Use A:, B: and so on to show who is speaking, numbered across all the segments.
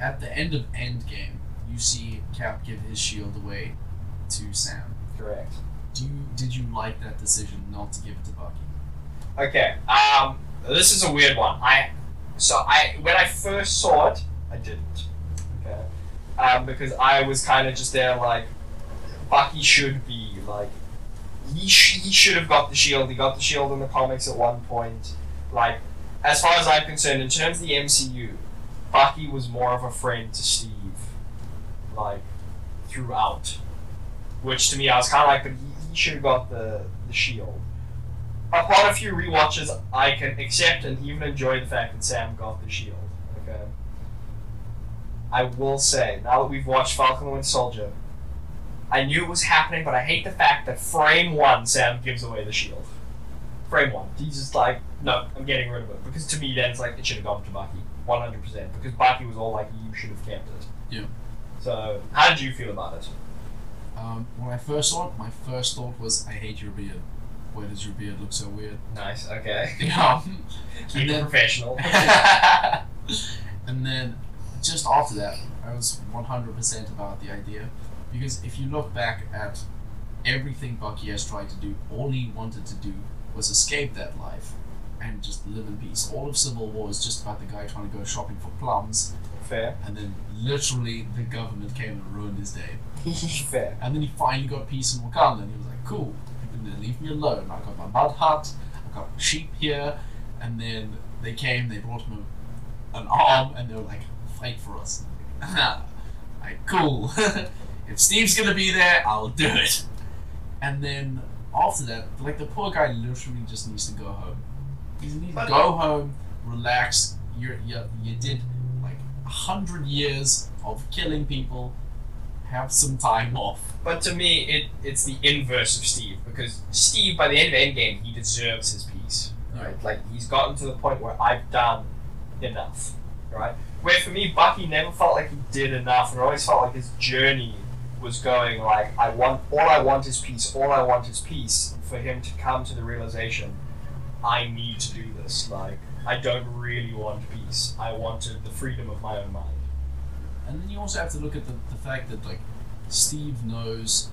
A: At the end of Endgame, you see Cap give his shield away to Sam.
B: Correct.
A: Do you did you like that decision not to give it to Bucky?
B: Okay. Um, this is a weird one. I so I when I first saw it, I didn't. Okay. Um, because I was kind of just there like, Bucky should be like, he sh- he should have got the shield. He got the shield in the comics at one point. Like, as far as I'm concerned, in terms of the MCU, Bucky was more of a friend to Steve. Like, throughout, which to me I was kind of like, but he, he should have got the the shield upon a few rewatches, I can accept and even enjoy the fact that Sam got the shield. Okay. I will say, now that we've watched Falcon and Winter Soldier, I knew it was happening, but I hate the fact that frame one, Sam gives away the shield. Frame one. He's just like, no, I'm getting rid of it. Because to me, then it's like, it should have gone to Bucky. 100%. Because Bucky was all like, you should have kept it.
A: Yeah.
B: So, how did you feel about it?
A: Um, when I first saw it, my first thought was, I hate your beard. Why does your beard look so weird?
B: Nice, okay.
A: Yeah.
B: Keep it
A: then-
B: professional.
A: And then just after that, I was 100% about the idea. Because if you look back at everything Bucky has tried to do, all he wanted to do was escape that life and just live in peace. All of Civil War is just about the guy trying to go shopping for plums,
B: Fair.
A: and then literally the government came and ruined his day.
B: Fair.
A: And then he finally got peace in Wakanda, and he was like, cool, you can leave me alone. I got my mud hut, I got sheep here. And then they came, they brought him a- an arm, and they were like, fight for us. like, cool. if Steve's gonna be there, I'll do it. And then after that, like, the poor guy literally just needs to go home. He needs to
B: But-
A: go home, relax. You're, you you did like a hundred years of killing people. Have some time off.
B: But to me, it it's the inverse of Steve because Steve, by the end of Endgame, he deserves his peace. Right? Like he's gotten to the point where I've done enough. Right? Where for me, Bucky never felt like he did enough, and I always felt like his journey was going like I want all I want is peace. All I want is peace. For him to come to the realization, I need to do this. Like I don't really want peace. I wanted the freedom of my own mind.
A: And then you also have to look at the, the fact that like Steve knows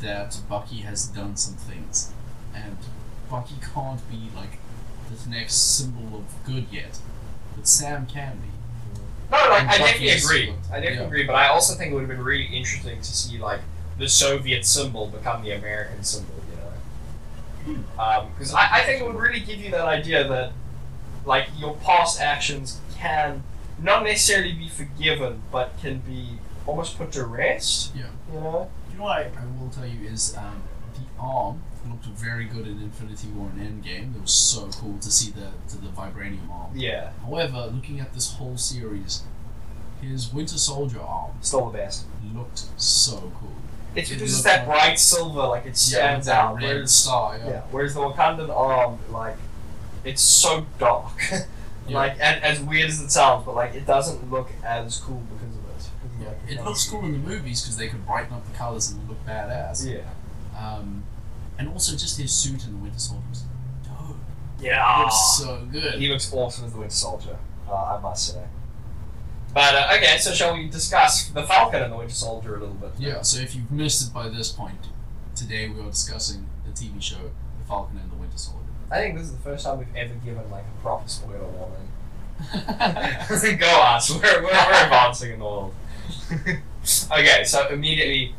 A: that Bucky has done some things and Bucky can't be like the next symbol of good yet. But Sam can be.
B: No, like,
A: And
B: I
A: what
B: definitely
A: is-
B: agree. I definitely
A: yeah.
B: agree, but I also think it would have been really interesting to see like the Soviet symbol become the American symbol, you know? Because I, I think it would really give you that idea that like your past actions can not necessarily be forgiven, but can be almost put to rest.
A: Yeah.
B: You know.
A: You know what I, I will tell you is um, the arm looked very good in Infinity War and Endgame. It was so cool to see the to the vibranium arm.
B: Yeah.
A: However, looking at this whole series, his Winter Soldier arm
B: Still the best.
A: looked so cool.
B: It's
A: It
B: because it's
A: looks
B: that
A: like-
B: bright silver, like it stands
A: that
B: out.
A: red
B: whereas-
A: star.
B: Yeah. Whereas the Wakandan arm, like, it's so dark.
A: Yeah.
B: Like, and, as weird as it sounds, but like, it doesn't look as cool because of it.
A: Yeah, it looks cool in the movies because they could brighten up the colors and look badass.
B: Yeah.
A: Um, and also just his suit in the Winter Soldier was dope.
B: Yeah.
A: Looks so good.
B: He looks awesome as the Winter Soldier. Uh, I must say. But uh, okay, so shall we discuss the Falcon and the Winter Soldier a little bit?
A: Yeah. So if you've missed it by this point, today we are discussing the TV show The Falcon and the Winter
B: I think this is the first time we've ever given like a proper spoiler warning.
A: Soldier.
B: Go us. We're, we're, we're advancing in the world. okay, so immediately,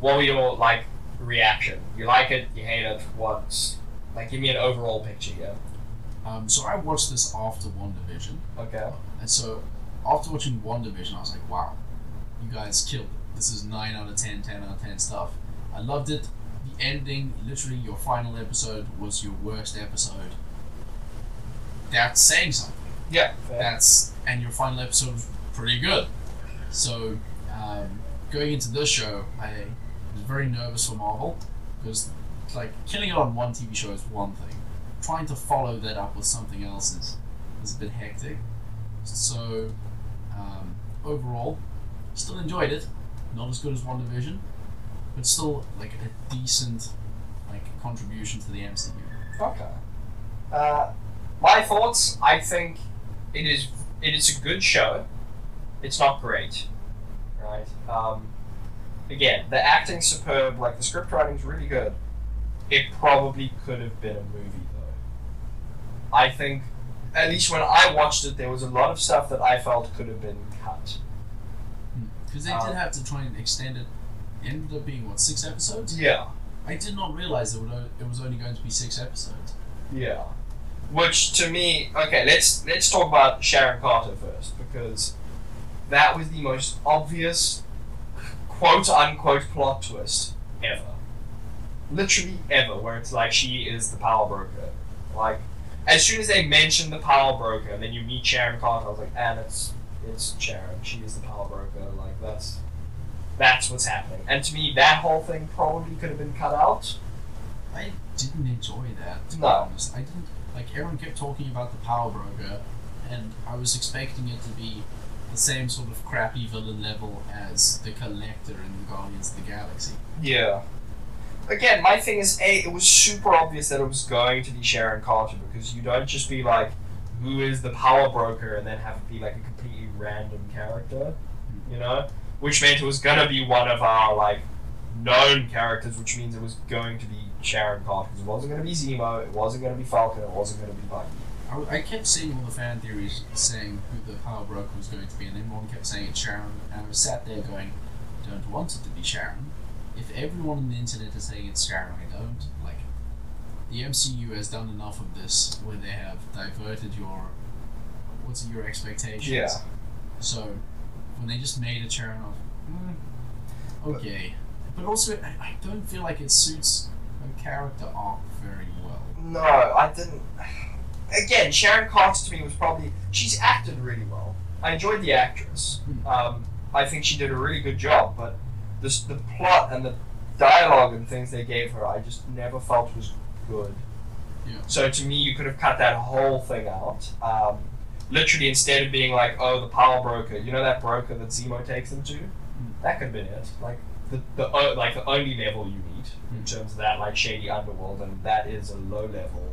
B: what were your like reaction? You like it? You hate it? What? Like, give me an overall picture here.
A: um, so I watched this after One Division,
B: Okay.
A: and so after watching One Division, I was like, wow, you guys killed it. This is nine out of 10, 10 out of ten stuff. I loved it. The ending, literally your final episode was your worst episode. That's saying something.
B: Yeah. Fair.
A: That's and your final episode was pretty good. So um, going into this show, I was very nervous for Marvel because like killing it on one TV show is one thing. Trying to follow that up with something else is is a bit hectic. So um, overall, still enjoyed it. Not as good as One Division, but still like a decent like contribution to the MCU.
B: Okay. Uh, my thoughts. I think it is. It is a good show. it's not great, right? Um, again, the acting's superb. Like the script writing's really good. It probably could have been a movie though. I think, at least when I watched it, there was a lot of stuff that I felt could have been cut.
A: Because Hmm. they
B: Um,
A: did have to try and extend it. It ended up being what six episodes?
B: Yeah,
A: I did not realize it, would o- it was only going to be six episodes.
B: yeah. Which to me, okay, let's let's talk about Sharon Carter first because that was the most obvious quote unquote plot twist ever. Literally ever, where it's like she is the power broker. Like as soon as they mention the power broker and then you meet Sharon Carter, I was like, and it's it's Sharon, she is the power broker, like that's that's what's happening. And to me that whole thing probably could have been cut out.
A: I didn't enjoy that, to be
B: No.
A: honest. I didn't. Like, everyone kept talking about the power broker, and I was expecting it to be the same sort of crappy villain level as the collector in the Guardians of the Galaxy.
B: Yeah. Again, my thing is, A, it was super obvious that it was going to be Sharon Carter because you don't just be like, who is the power broker, and then have it be like a completely random character, you know? Which meant it was going to be one of our, like, known characters, which means it was going to be Sharon Carter 'cause it wasn't going to be Zemo, it wasn't going to be Falcon, it wasn't going to be Bucky.
A: I, I kept seeing all the fan theories saying who the power broker was going to be, and everyone kept saying it's Sharon. And I was sat there going, I don't want it to be Sharon. If everyone on the internet is saying it's Sharon, I don't. Like, the MCU has done enough of this where they have diverted your what's your expectations.
B: Yeah.
A: So when they just made a Sharon, I was like, mm, okay. But also, I, I don't feel like it suits her character arc very well.
B: No, I didn't. Again, Sharon Carter to me was probably she's acted really well. I enjoyed the actress.
A: Hmm.
B: Um, I think she did a really good job, but this, the plot and the dialogue and things they gave her, I just never felt was good.
A: Yeah.
B: So to me, you could have cut that whole thing out. Um, literally, instead of being like, "Oh, the power broker," you know that broker that Zemo takes him to,
A: Hmm.
B: that could have been it. Like the the o- like the only level you need in
A: Hmm.
B: terms of that like shady underworld, and that is a low level.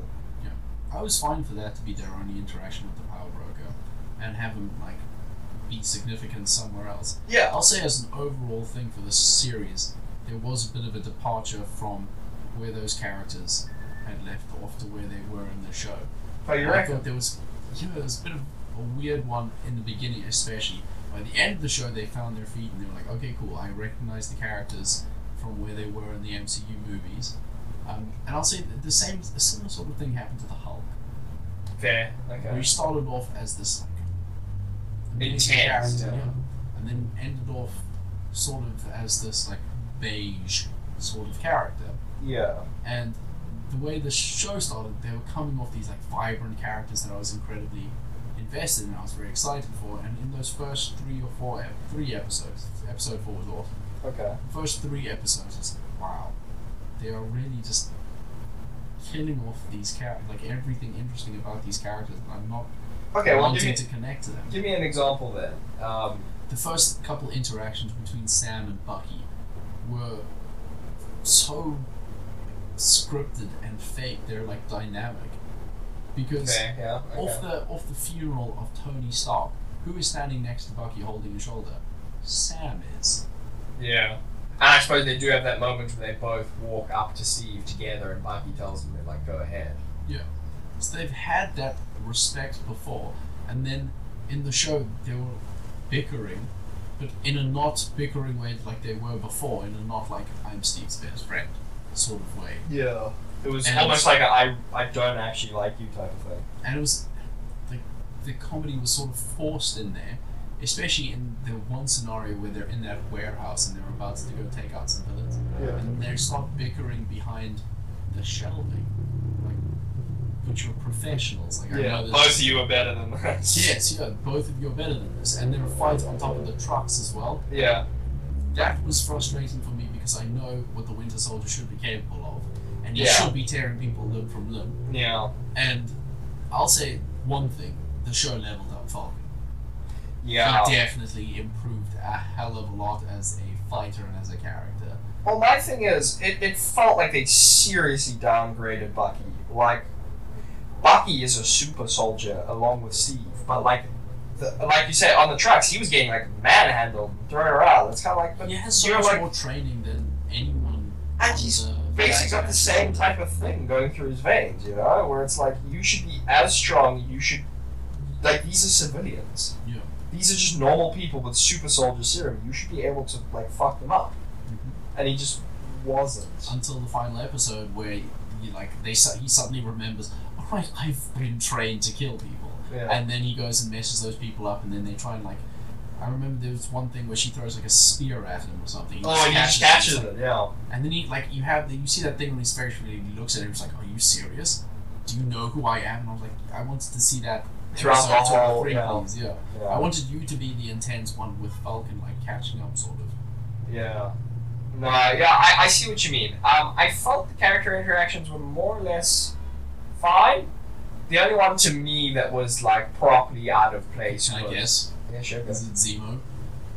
A: I was fine for that to be their only interaction with the power broker and have him like be significant somewhere else.
B: Yeah.
A: I'll say as an overall thing for this series, there was a bit of a departure from where those characters had left off to where they were in the show.
B: Oh, you
A: I
B: reckon?
A: thought there was you know, there was a bit of a weird one in the beginning especially. By the end of the show they found their feet and they were like, Okay, cool, I recognize the characters from where they were in the MCU movies. Um, and I'll say that the same a similar sort of thing happened to the Hulk.
B: Fair.
A: We
B: Okay.
A: started off as this like amazing
B: Intense,
A: character,
B: yeah.
A: and then ended off sort of as this like beige sort of character.
B: Yeah.
A: And the way the show started, they were coming off these like vibrant characters that I was incredibly invested in. I was very excited for, and in those first three or four, ep- three episodes, episode four was awesome
B: Okay.
A: first three episodes, it's like, wow, they are really just killing off these characters, like everything interesting about these characters. and I'm not
B: Okay. Well, give
A: wanting
B: me
A: to connect to them.
B: give me an example then. Um,
A: The first couple interactions between Sam and Bucky were so scripted and fake. They're like dynamic because
B: okay. Yeah.
A: off
B: Okay.
A: the off the funeral of Tony Stark, who is standing next to Bucky holding his shoulder, Sam is.
B: Yeah. And I suppose they do have that moment where they both walk up to Steve together, and Bucky tells them, like, go ahead.
A: So they've had that respect before, and then in the show they were bickering, but in a not bickering way like they were before, in a not like I'm Steve's best friend sort of way.
B: Yeah. It was
A: And-
B: almost like a, I I don't actually like you type of thing.
A: And it was the the comedy was sort of forced in there, especially in the one scenario where they're in that warehouse and they're about to go take out some villains, and they start bickering behind the shelving, like, but you're professionals. Like I know this
B: Both of you are better than that.
A: Yes, yeah, both of you are better than this. And there are fights on top of the trucks as well.
B: Yeah.
A: That was frustrating for me because I know what the Winter Soldier should be capable of. And he
B: Yeah.
A: should be tearing people limb from limb.
B: Yeah.
A: And I'll say one thing the show leveled up Falcon.
B: Yeah.
A: He definitely improved a hell of a lot as a fighter and as a character.
B: Well, my thing is, it, it felt like they seriously downgraded Bucky. Like, Bucky is a super soldier along with Steve, but like, the, like you say, on the trucks, he was getting like manhandled and thrown around. It's kind of like, but
A: He has so
B: You're
A: much
B: like-
A: more training than anyone.
B: and he's
A: on the
B: basically got the
A: back
B: same
A: end.
B: type of thing going through his veins, you know, where it's like you should be as strong. You should like these are civilians.
A: Yeah.
B: These are just normal people with super soldier serum. You should be able to like fuck them up,
A: Mhm.
B: and he just wasn't.
A: until the final episode where he, like they su- he suddenly remembers. All right, I've been trained to kill people,
B: Yeah.
A: and then he goes and messes those people up, and then they try and like. I remember there was one thing where she throws like a spear at him or something.
B: oh, and he just catches
A: him.
B: it. Yeah.
A: And then he like you have the, you see that thing on his face where he looks at him. He's like, "Are you serious? Do you know who I am?" And I was like, "I wanted to see that
B: Throughout the
A: episode two or
B: whole-
A: three,
B: yeah.
A: please." Yeah. I
B: Yeah.
A: wanted you to be the intense one with Falcon like catching up, sort of.
B: Yeah. No, Uh, yeah, I, I see what you mean. Um, I felt the character interactions were more or less fine. The only one to me that was like properly out of place
A: Can I
B: was
A: guess?
B: yeah, sure. go.
A: Is it Zemo?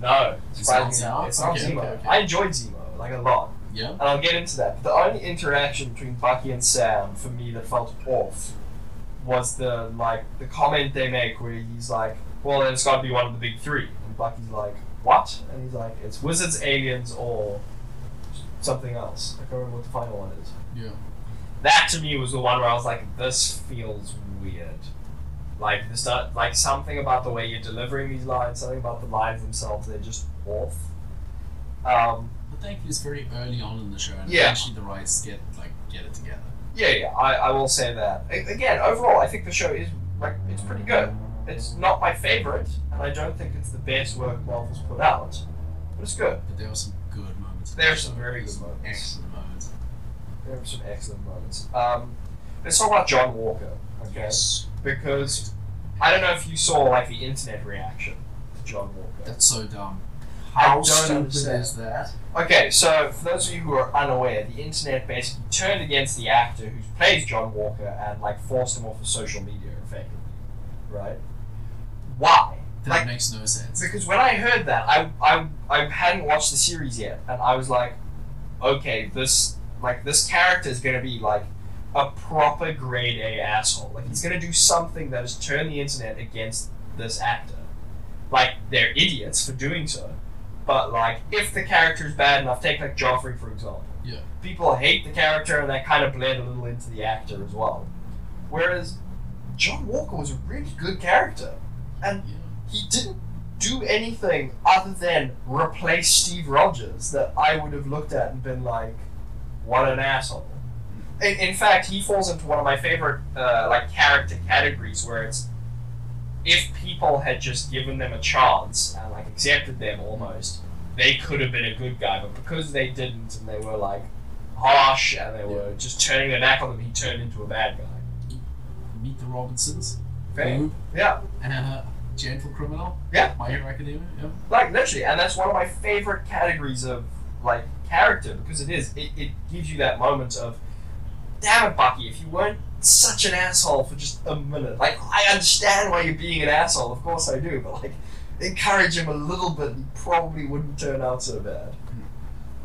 B: No,
A: It's not
B: surprisingly,
A: Zemo?
B: It's not
A: Okay,
B: Zemo.
A: okay, okay.
B: I enjoyed Zemo like a lot,
A: Yeah.
B: and I'll get into that. But the only interaction between Bucky and Sam for me that felt off was the like the comment they make where he's like, "Well, then it's got to be one of the big three. and Bucky's like, "What?" And he's like, "It's wizards, aliens, or something else." I can't remember what the final one is.
A: Yeah.
B: That to me was the one where I was like, "This feels weird." Like this, do- like something about the way you're delivering these lines, something about the lines themselves, they're just off. Um,
A: But thankfully, it's very early on in the show, and
B: Yeah.
A: actually the writers get like get it together.
B: Yeah, yeah, I, I will say that. A- Again, overall, I think the show is like it's pretty good. It's not my favorite, and I don't think it's the best work Marvel's put out, but it's good.
A: But there are some good moments. in
B: There are
A: the
B: some
A: show.
B: very
A: There's
B: good
A: some
B: moments.
A: Excellent moments.
B: There are some excellent moments. Um, let's talk about John Walker, okay?
A: Yes.
B: Because I don't know if you saw like the internet reaction to John Walker.
A: That's so dumb.
B: I
A: How
B: don't
A: stupid
B: understand.
A: is that?
B: Okay, so for those of you who are unaware, the internet basically turned against the actor who plays John Walker and like forced him off of social media, effectively, right? Why?
A: That
B: Like-
A: makes no sense.
B: Because when I heard that, I, I, I hadn't watched the series yet, and I was like, okay, this like this character is gonna be like a proper grade A asshole. Like he's gonna do something that has turned the internet against this actor. Like they're idiots for doing so, but like if the character is bad enough, take like Joffrey for example.
A: Yeah.
B: People hate the character, and that kind of bled a little into the actor as well. Whereas John Walker was a really good character
A: Yeah.
B: he didn't do anything other than replace Steve Rogers that I would have looked at and been like, what an asshole. In, in fact, he falls into one of my favorite uh, like character categories where it's if people had just given them a chance and like accepted them almost, they could have been a good guy, but because they didn't and they were like harsh and they were just turning their back on them, he turned into a bad guy.
A: Meet the Robinsons.
B: Okay.
A: Boob,
B: Yeah.
A: And uh, Gentle Criminal.
B: Yeah.
A: My Hero Academia. Yeah.
B: like literally and that's one of my favorite categories of like character because it is it, it gives you that moment of damn it bucky if you weren't such an asshole for just a minute like i understand why you're being an asshole of course i do but like encourage him a little bit he probably wouldn't turn out so bad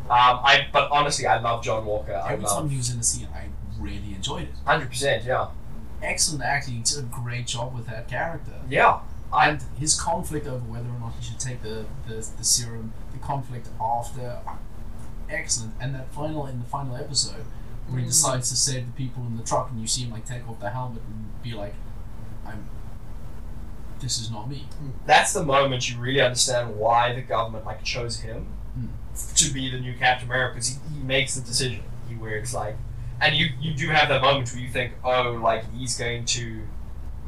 B: um, I but honestly I love John Walker I
A: Every time
B: love
A: he was in a scene, I really enjoyed it.
B: hundred percent yeah
A: Excellent acting. He did a great job with that character.
B: yeah I
A: And his conflict over whether or not he should take the, the, the serum, the conflict after, excellent. And that final in the final episode, where he
B: Mm.
A: decides to save the people in the truck, and you see him like take off the helmet and be like, "I'm, this is not me."
B: that's the moment you really understand why the government like chose him
A: Hmm.
B: to be the new Captain America because he, he makes the decision. He wears like, and you you do have that moment where you think, oh, like he's going to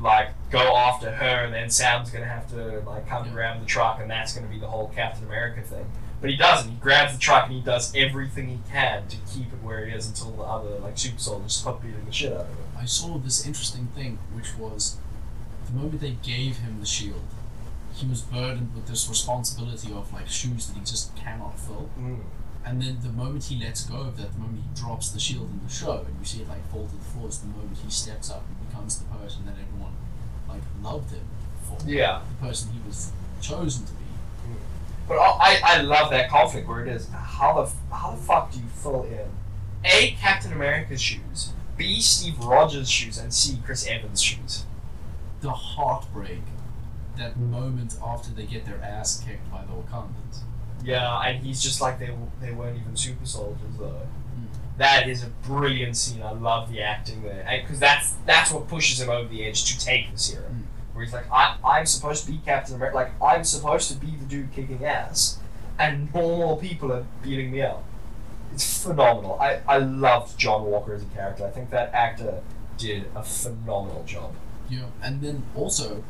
B: like go after her, and then Sam's going to have to like come
A: Yeah.
B: grab the truck, and that's going to be the whole Captain America thing. But he doesn't. He grabs the truck and he does everything he can to keep it where it is until the other like super soldiers stop beating the shit out of him.
A: I saw this interesting thing, which was the moment they gave him the shield, he was burdened with this responsibility of like shoes that he just cannot fill. And then the moment he lets go of that, the moment he drops the shield in the show, and you see it like fall to the floor, is the moment he steps up and becomes the person that everyone like loved him for,
B: Yeah.
A: the person he was chosen to be.
B: But I, I I love that conflict where it is how the f- how the fuck do you fill in a Captain America's shoes, b Steve Rogers' shoes, and c Chris Evans' shoes.
A: The heartbreak that moment after they get their ass kicked by the Wakandans.
B: Yeah, and he's just like they w- they weren't even super soldiers though. That is a brilliant scene. I love the acting there because that's that's what pushes him over the edge to take the serum. Where he's like, I I'm supposed to be Captain America. Like I'm supposed to be the dude kicking ass, and normal people are beating me up. It's phenomenal. I I loved John Walker as a character. I think that actor did a phenomenal job.
A: Yeah, and then also,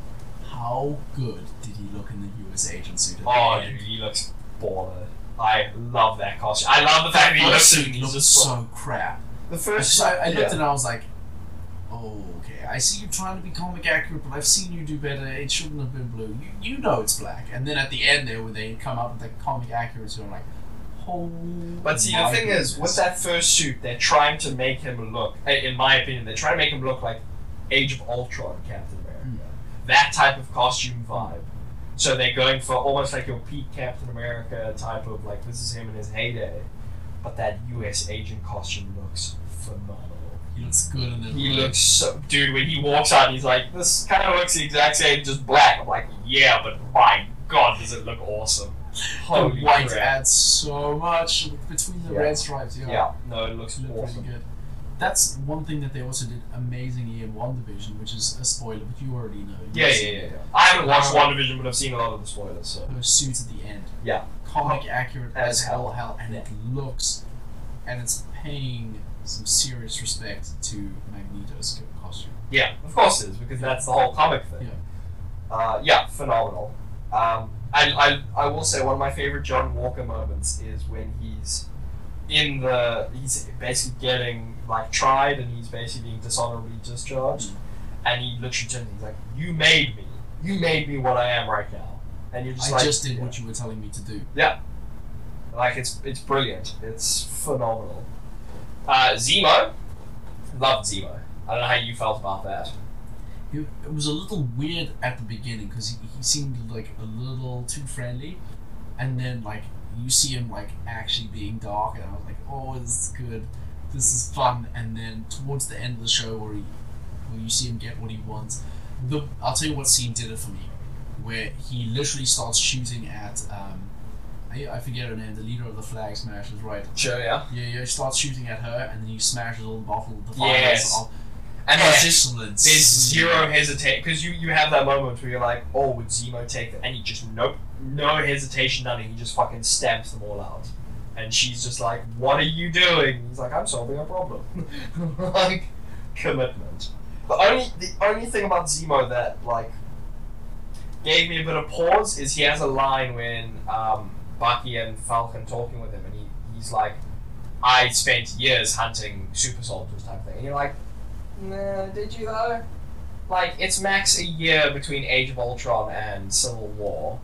A: how good did he look in the U.S. agent suit? at the
B: Oh,
A: end?
B: dude, he looks baller. I love that costume. I love the fact that he
A: That
B: looks
A: scene
B: he's
A: looked
B: just
A: so crap.
B: The
A: I,
B: first
A: just- I, I
B: yeah.
A: looked and I was like, oh, okay. I see you trying to be comic accurate, but I've seen you do better. It shouldn't have been blue. You, you know it's black. And then at the end there, when they come up with the comic accuracy, I'm like, oh.
B: But see, the
A: my
B: thing is,
A: goodness.
B: with that first suit, they're trying to make him look, eh, in my opinion, they're trying to make him look like Age of Ultron Captain America.
A: Hmm.
B: That type of costume vibe. So they're going for almost like your peak Captain America type of, like, this is him in his heyday. But that US agent costume looks phenomenal.
A: He looks good in the
B: He looks so. Dude, when he walks out, he's like, this kind of looks the exact same, just black. I'm like, yeah, but my god, does it look awesome.
A: The
B: Holy
A: white
B: crap.
A: adds so much between the
B: Yeah.
A: red stripes. Yeah.
B: Yeah, no, it looks
A: It looked
B: awesome.
A: really good. That's one thing that they also did amazingly in One Division, which is a spoiler, but you already know. You've
B: Yeah, yeah,
A: seen
B: yeah,
A: it.
B: yeah. I haven't watched
A: Um,
B: One Division, but I've seen a lot of the spoilers. So
A: Her suit at the end.
B: Yeah.
A: Comic accurate
B: As
A: as, hell, hell, and it looks, and it's paying some serious respect to Magneto's co- costume.
B: yeah, of course it is because that's the whole comic thing. Yeah, uh, yeah phenomenal. Um, I, I, I will say one of my favorite John Walker moments is when he's in the he's basically getting like tried and he's basically being dishonorably discharged,
A: Mm.
B: and he literally turns and he's like, "You made me. You made me what I am right now." And you're just
A: I
B: like,
A: just did
B: yeah.
A: what you were telling me to do.
B: Like it's it's brilliant. It's phenomenal. Uh, Zemo, loved Zemo. I don't know how you felt about that.
A: It, it was a little weird at the beginning because he, he seemed like a little too friendly, and then like you see him like actually being dark, and I was like, oh, this is good, this is fun. And then towards the end of the show, where he, where you see him get what he wants, the I'll tell you what scene did it for me, where he literally starts shooting at um, I, I forget her name, the leader of the Flag Smashers, right?
B: Sure, yeah.
A: Yeah, yeah, he starts shooting at her, and then he smashes all the bottle, the bottles
B: Yes.
A: of
B: And there's just
A: excellence.
B: there's zero hesitation because you you have that moment where you're like, oh, would Zemo take that? And he just nope, no hesitation, nothing. He just fucking stamps them all out. And she's just like, what are you doing? He's like, I'm solving a problem. like commitment. The only the only thing about Zemo that like gave me a bit of pause is he has a line when um, Bucky and Falcon talking with him, and he, he's like, "I spent years hunting super soldiers," type thing. And you're like, "Nah, did you though?" Like, it's max a year between Age of Ultron and Civil War,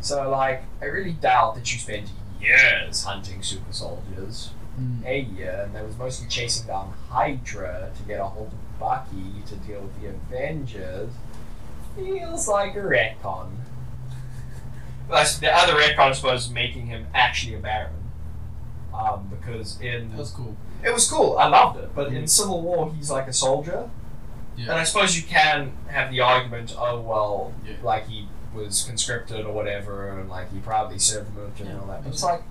B: so like, I really doubt that you spent years hunting super soldiers
A: Mm.
B: a year, and that was mostly chasing down Hydra to get a hold of Bucky to deal with the Avengers. Feels like a retcon. But the other retcon, I suppose, is making him actually a Baron. Um, because in
A: That was cool.
B: it was cool. I loved it. But in Civil War, he's like a soldier.
A: Yeah.
B: And I suppose you can have the argument, oh well,
A: Yeah.
B: like he was conscripted or whatever, and like he probably served military and all that. But it's like,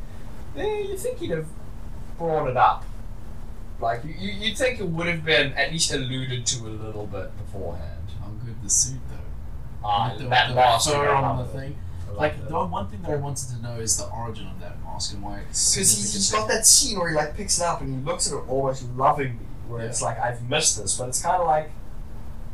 B: eh, you think he'd have brought it up. Like you, you, you'd think it would have been at least alluded to a little bit beforehand.
A: How good the suit though.
B: Ah,
A: With the-
B: that
A: the
B: last
A: fur
B: one, I
A: on the
B: loved it.
A: thing.
B: I loved
A: Like
B: it.
A: the one thing that I wanted to know is the origin of that mask and why it's.
B: Because he's, he's got that scene where he like picks it up and he looks at it almost lovingly, where
A: Yeah.
B: it's like I've missed this, but it's kind of like,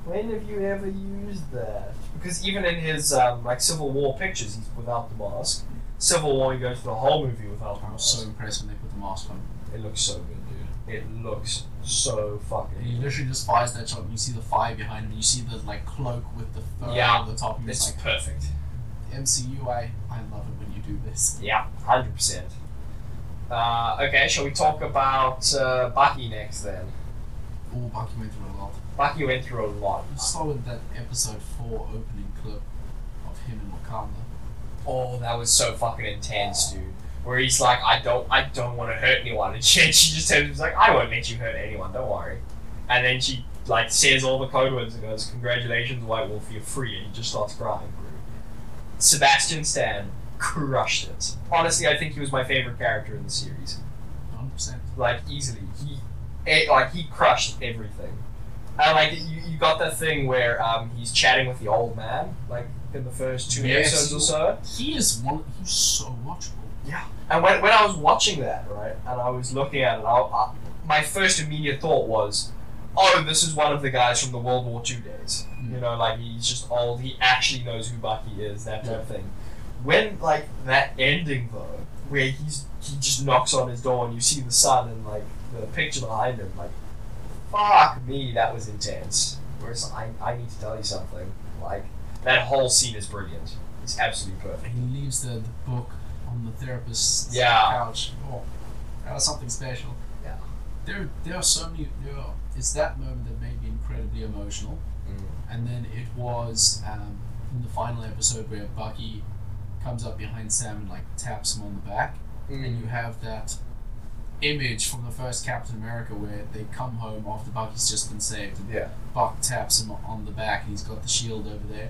B: when have you ever used that? Because even in his um, like Civil War pictures, he's without the mask. Civil War, he goes through the whole movie without the
A: I was
B: mask.
A: so impressed when they put the mask on.
B: It looks so good, dude. It looks so
A: And he
B: fucking.
A: literally just fires that shot, and you see the fire behind him, and you see the like cloak with the fur
B: Yeah.
A: on the top. And it's
B: It's
A: like
B: perfect.
A: MCU. I I love it when you do this.
B: Yeah, hundred percent. Uh, okay, shall we talk about uh, Bucky next then?
A: All Bucky went through a lot.
B: Bucky went through a lot.
A: Let's start with that episode four opening clip of him in Wakanda.
B: Oh, that was so fucking intense, dude. Where he's like, I don't, I don't want to hurt anyone, and she, she just tells him, she's like, I won't let you hurt anyone, don't worry. And then she like says all the code words and goes, "Congratulations, White Wolf, you're free," and he just starts crying. Sebastian Stan crushed it. Honestly, I think he was my favorite character in the series.
A: 100%.
B: Like easily, he, it, like he crushed everything. And like you, you got that thing where um, he's chatting with the old man, like in the first two
A: Yes.
B: episodes or so.
A: He is one. He's so watchable.
B: And when, when I was watching that, right, and I was looking at it, I, I, my first immediate thought was, oh, this is one of the guys from the World War II days. You know, like he's just old, he actually knows who Bucky is, that type of thing. When, like, that ending, though, where he's he just knocks on his door and you see the sun and, like, the picture behind him, like, fuck me, that was intense. Whereas I, I need to tell you something. Like, that whole scene is brilliant. It's absolutely perfect.
A: He leaves the, the book on the therapist's
B: Yeah.
A: couch. Oh, that was something special.
B: Yeah.
A: There, there are so many. There are, it's that moment that made me incredibly emotional. And then it was um, in the final episode where Bucky comes up behind Sam and like taps him on the back, and you have that image from the first Captain America where they come home after Bucky's just been saved, and
B: Yeah.
A: Buck taps him on the back, and he's got the shield over there.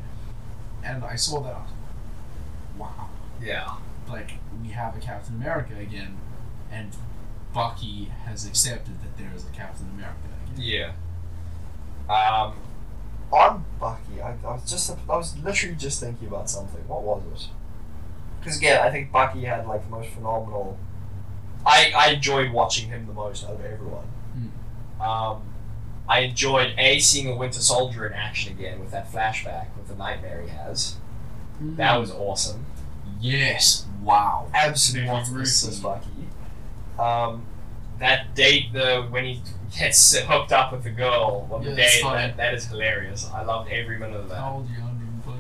A: And I saw that. I was like, Wow!
B: Yeah.
A: Like we have a Captain America again, and Bucky has accepted that there is a Captain America. Again.
B: Yeah. Um, on Bucky, I, I was just I was literally just thinking about something. What was it? Because again, I think Bucky had like the most phenomenal. I I enjoyed watching him the most out of everyone. Um, I enjoyed a seeing a Winter Soldier in action again with that flashback with the nightmare he has. That was awesome.
A: yes. Wow.
B: Absolutely
A: What a
B: ruthless
A: scene.
B: Bucky. Um, that date though when he gets hooked up with the girl on
A: Yeah,
B: the
A: that's
B: date
A: funny.
B: that, that is hilarious. I loved every minute of that.
A: How old are you? I'm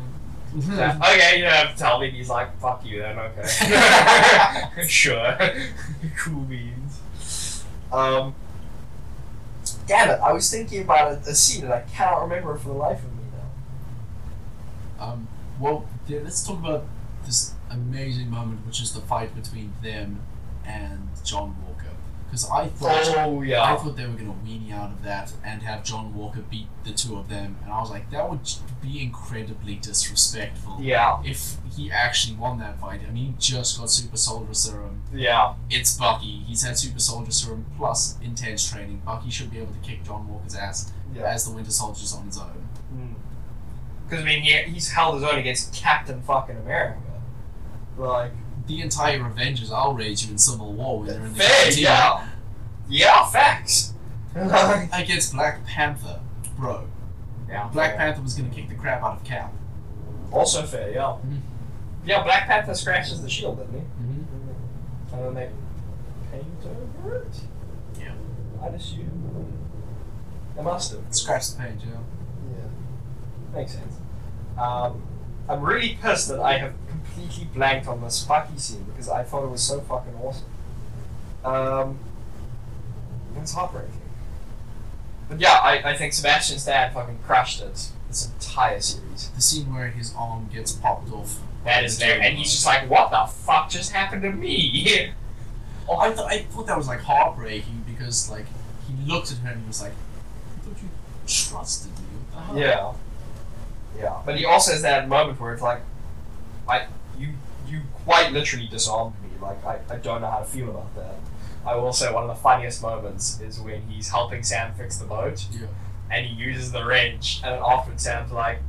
A: Oh,
B: Yeah, okay, you don't have to tell me. He's like, fuck you then, okay. sure. cool beans. Um, damn it, I was thinking about a, a scene and I cannot remember it for the life of me now.
A: Um, well, yeah, let's talk about this amazing moment, which is the fight between them and John Walker. Because I thought
B: Oh,
A: I
B: yeah.
A: thought they were going to weenie out of that and have John Walker beat the two of them, and I was like, that would be incredibly disrespectful.
B: Yeah,
A: If he actually won that fight, I mean, he just got super soldier serum.
B: yeah.
A: It's Bucky. He's had super soldier serum plus intense training. Bucky should be able to kick John Walker's ass
B: Yeah.
A: as the Winter Soldier's on his own.
B: Because, Mm. I mean, he, he's held his own against Captain fucking America. Like,
A: the entire Avengers outrage you in Civil War when they're in the
B: fair,
A: canteen
B: yeah. Yeah, facts. yeah.
A: against Black Panther, bro. Black Panther was gonna kick the crap out of Cap.
B: Also fair, yeah.
A: Mhm.
B: Yeah, Black Panther scratches the shield, doesn't he?
A: Mm-hmm.
B: And then they paint over it?
A: Yeah.
B: I'd assume. They must have.
A: Scratch the page, yeah.
B: Yeah. Makes sense. Um, I'm really pissed that I have completely blanked on this Bucky scene because I thought it was so fucking awesome. Um, it's heartbreaking. But yeah, I, I think Sebastian Stan fucking crushed it this entire series.
A: The scene where his arm gets popped off.
B: That is there, and he's just like, "What the fuck just happened to me?"
A: Oh, I, th- I thought that was like heartbreaking because like he looked at her and he was like, "I thought you trusted me." What the hell?"
B: Yeah, yeah. But he also has that moment where it's like, "I, you, you quite literally disarmed me." Like, I, I don't know how to feel about that. I will say one of the funniest moments is when he's helping Sam fix the boat,
A: Yeah.
B: and he uses the wrench, and then often Sam's like,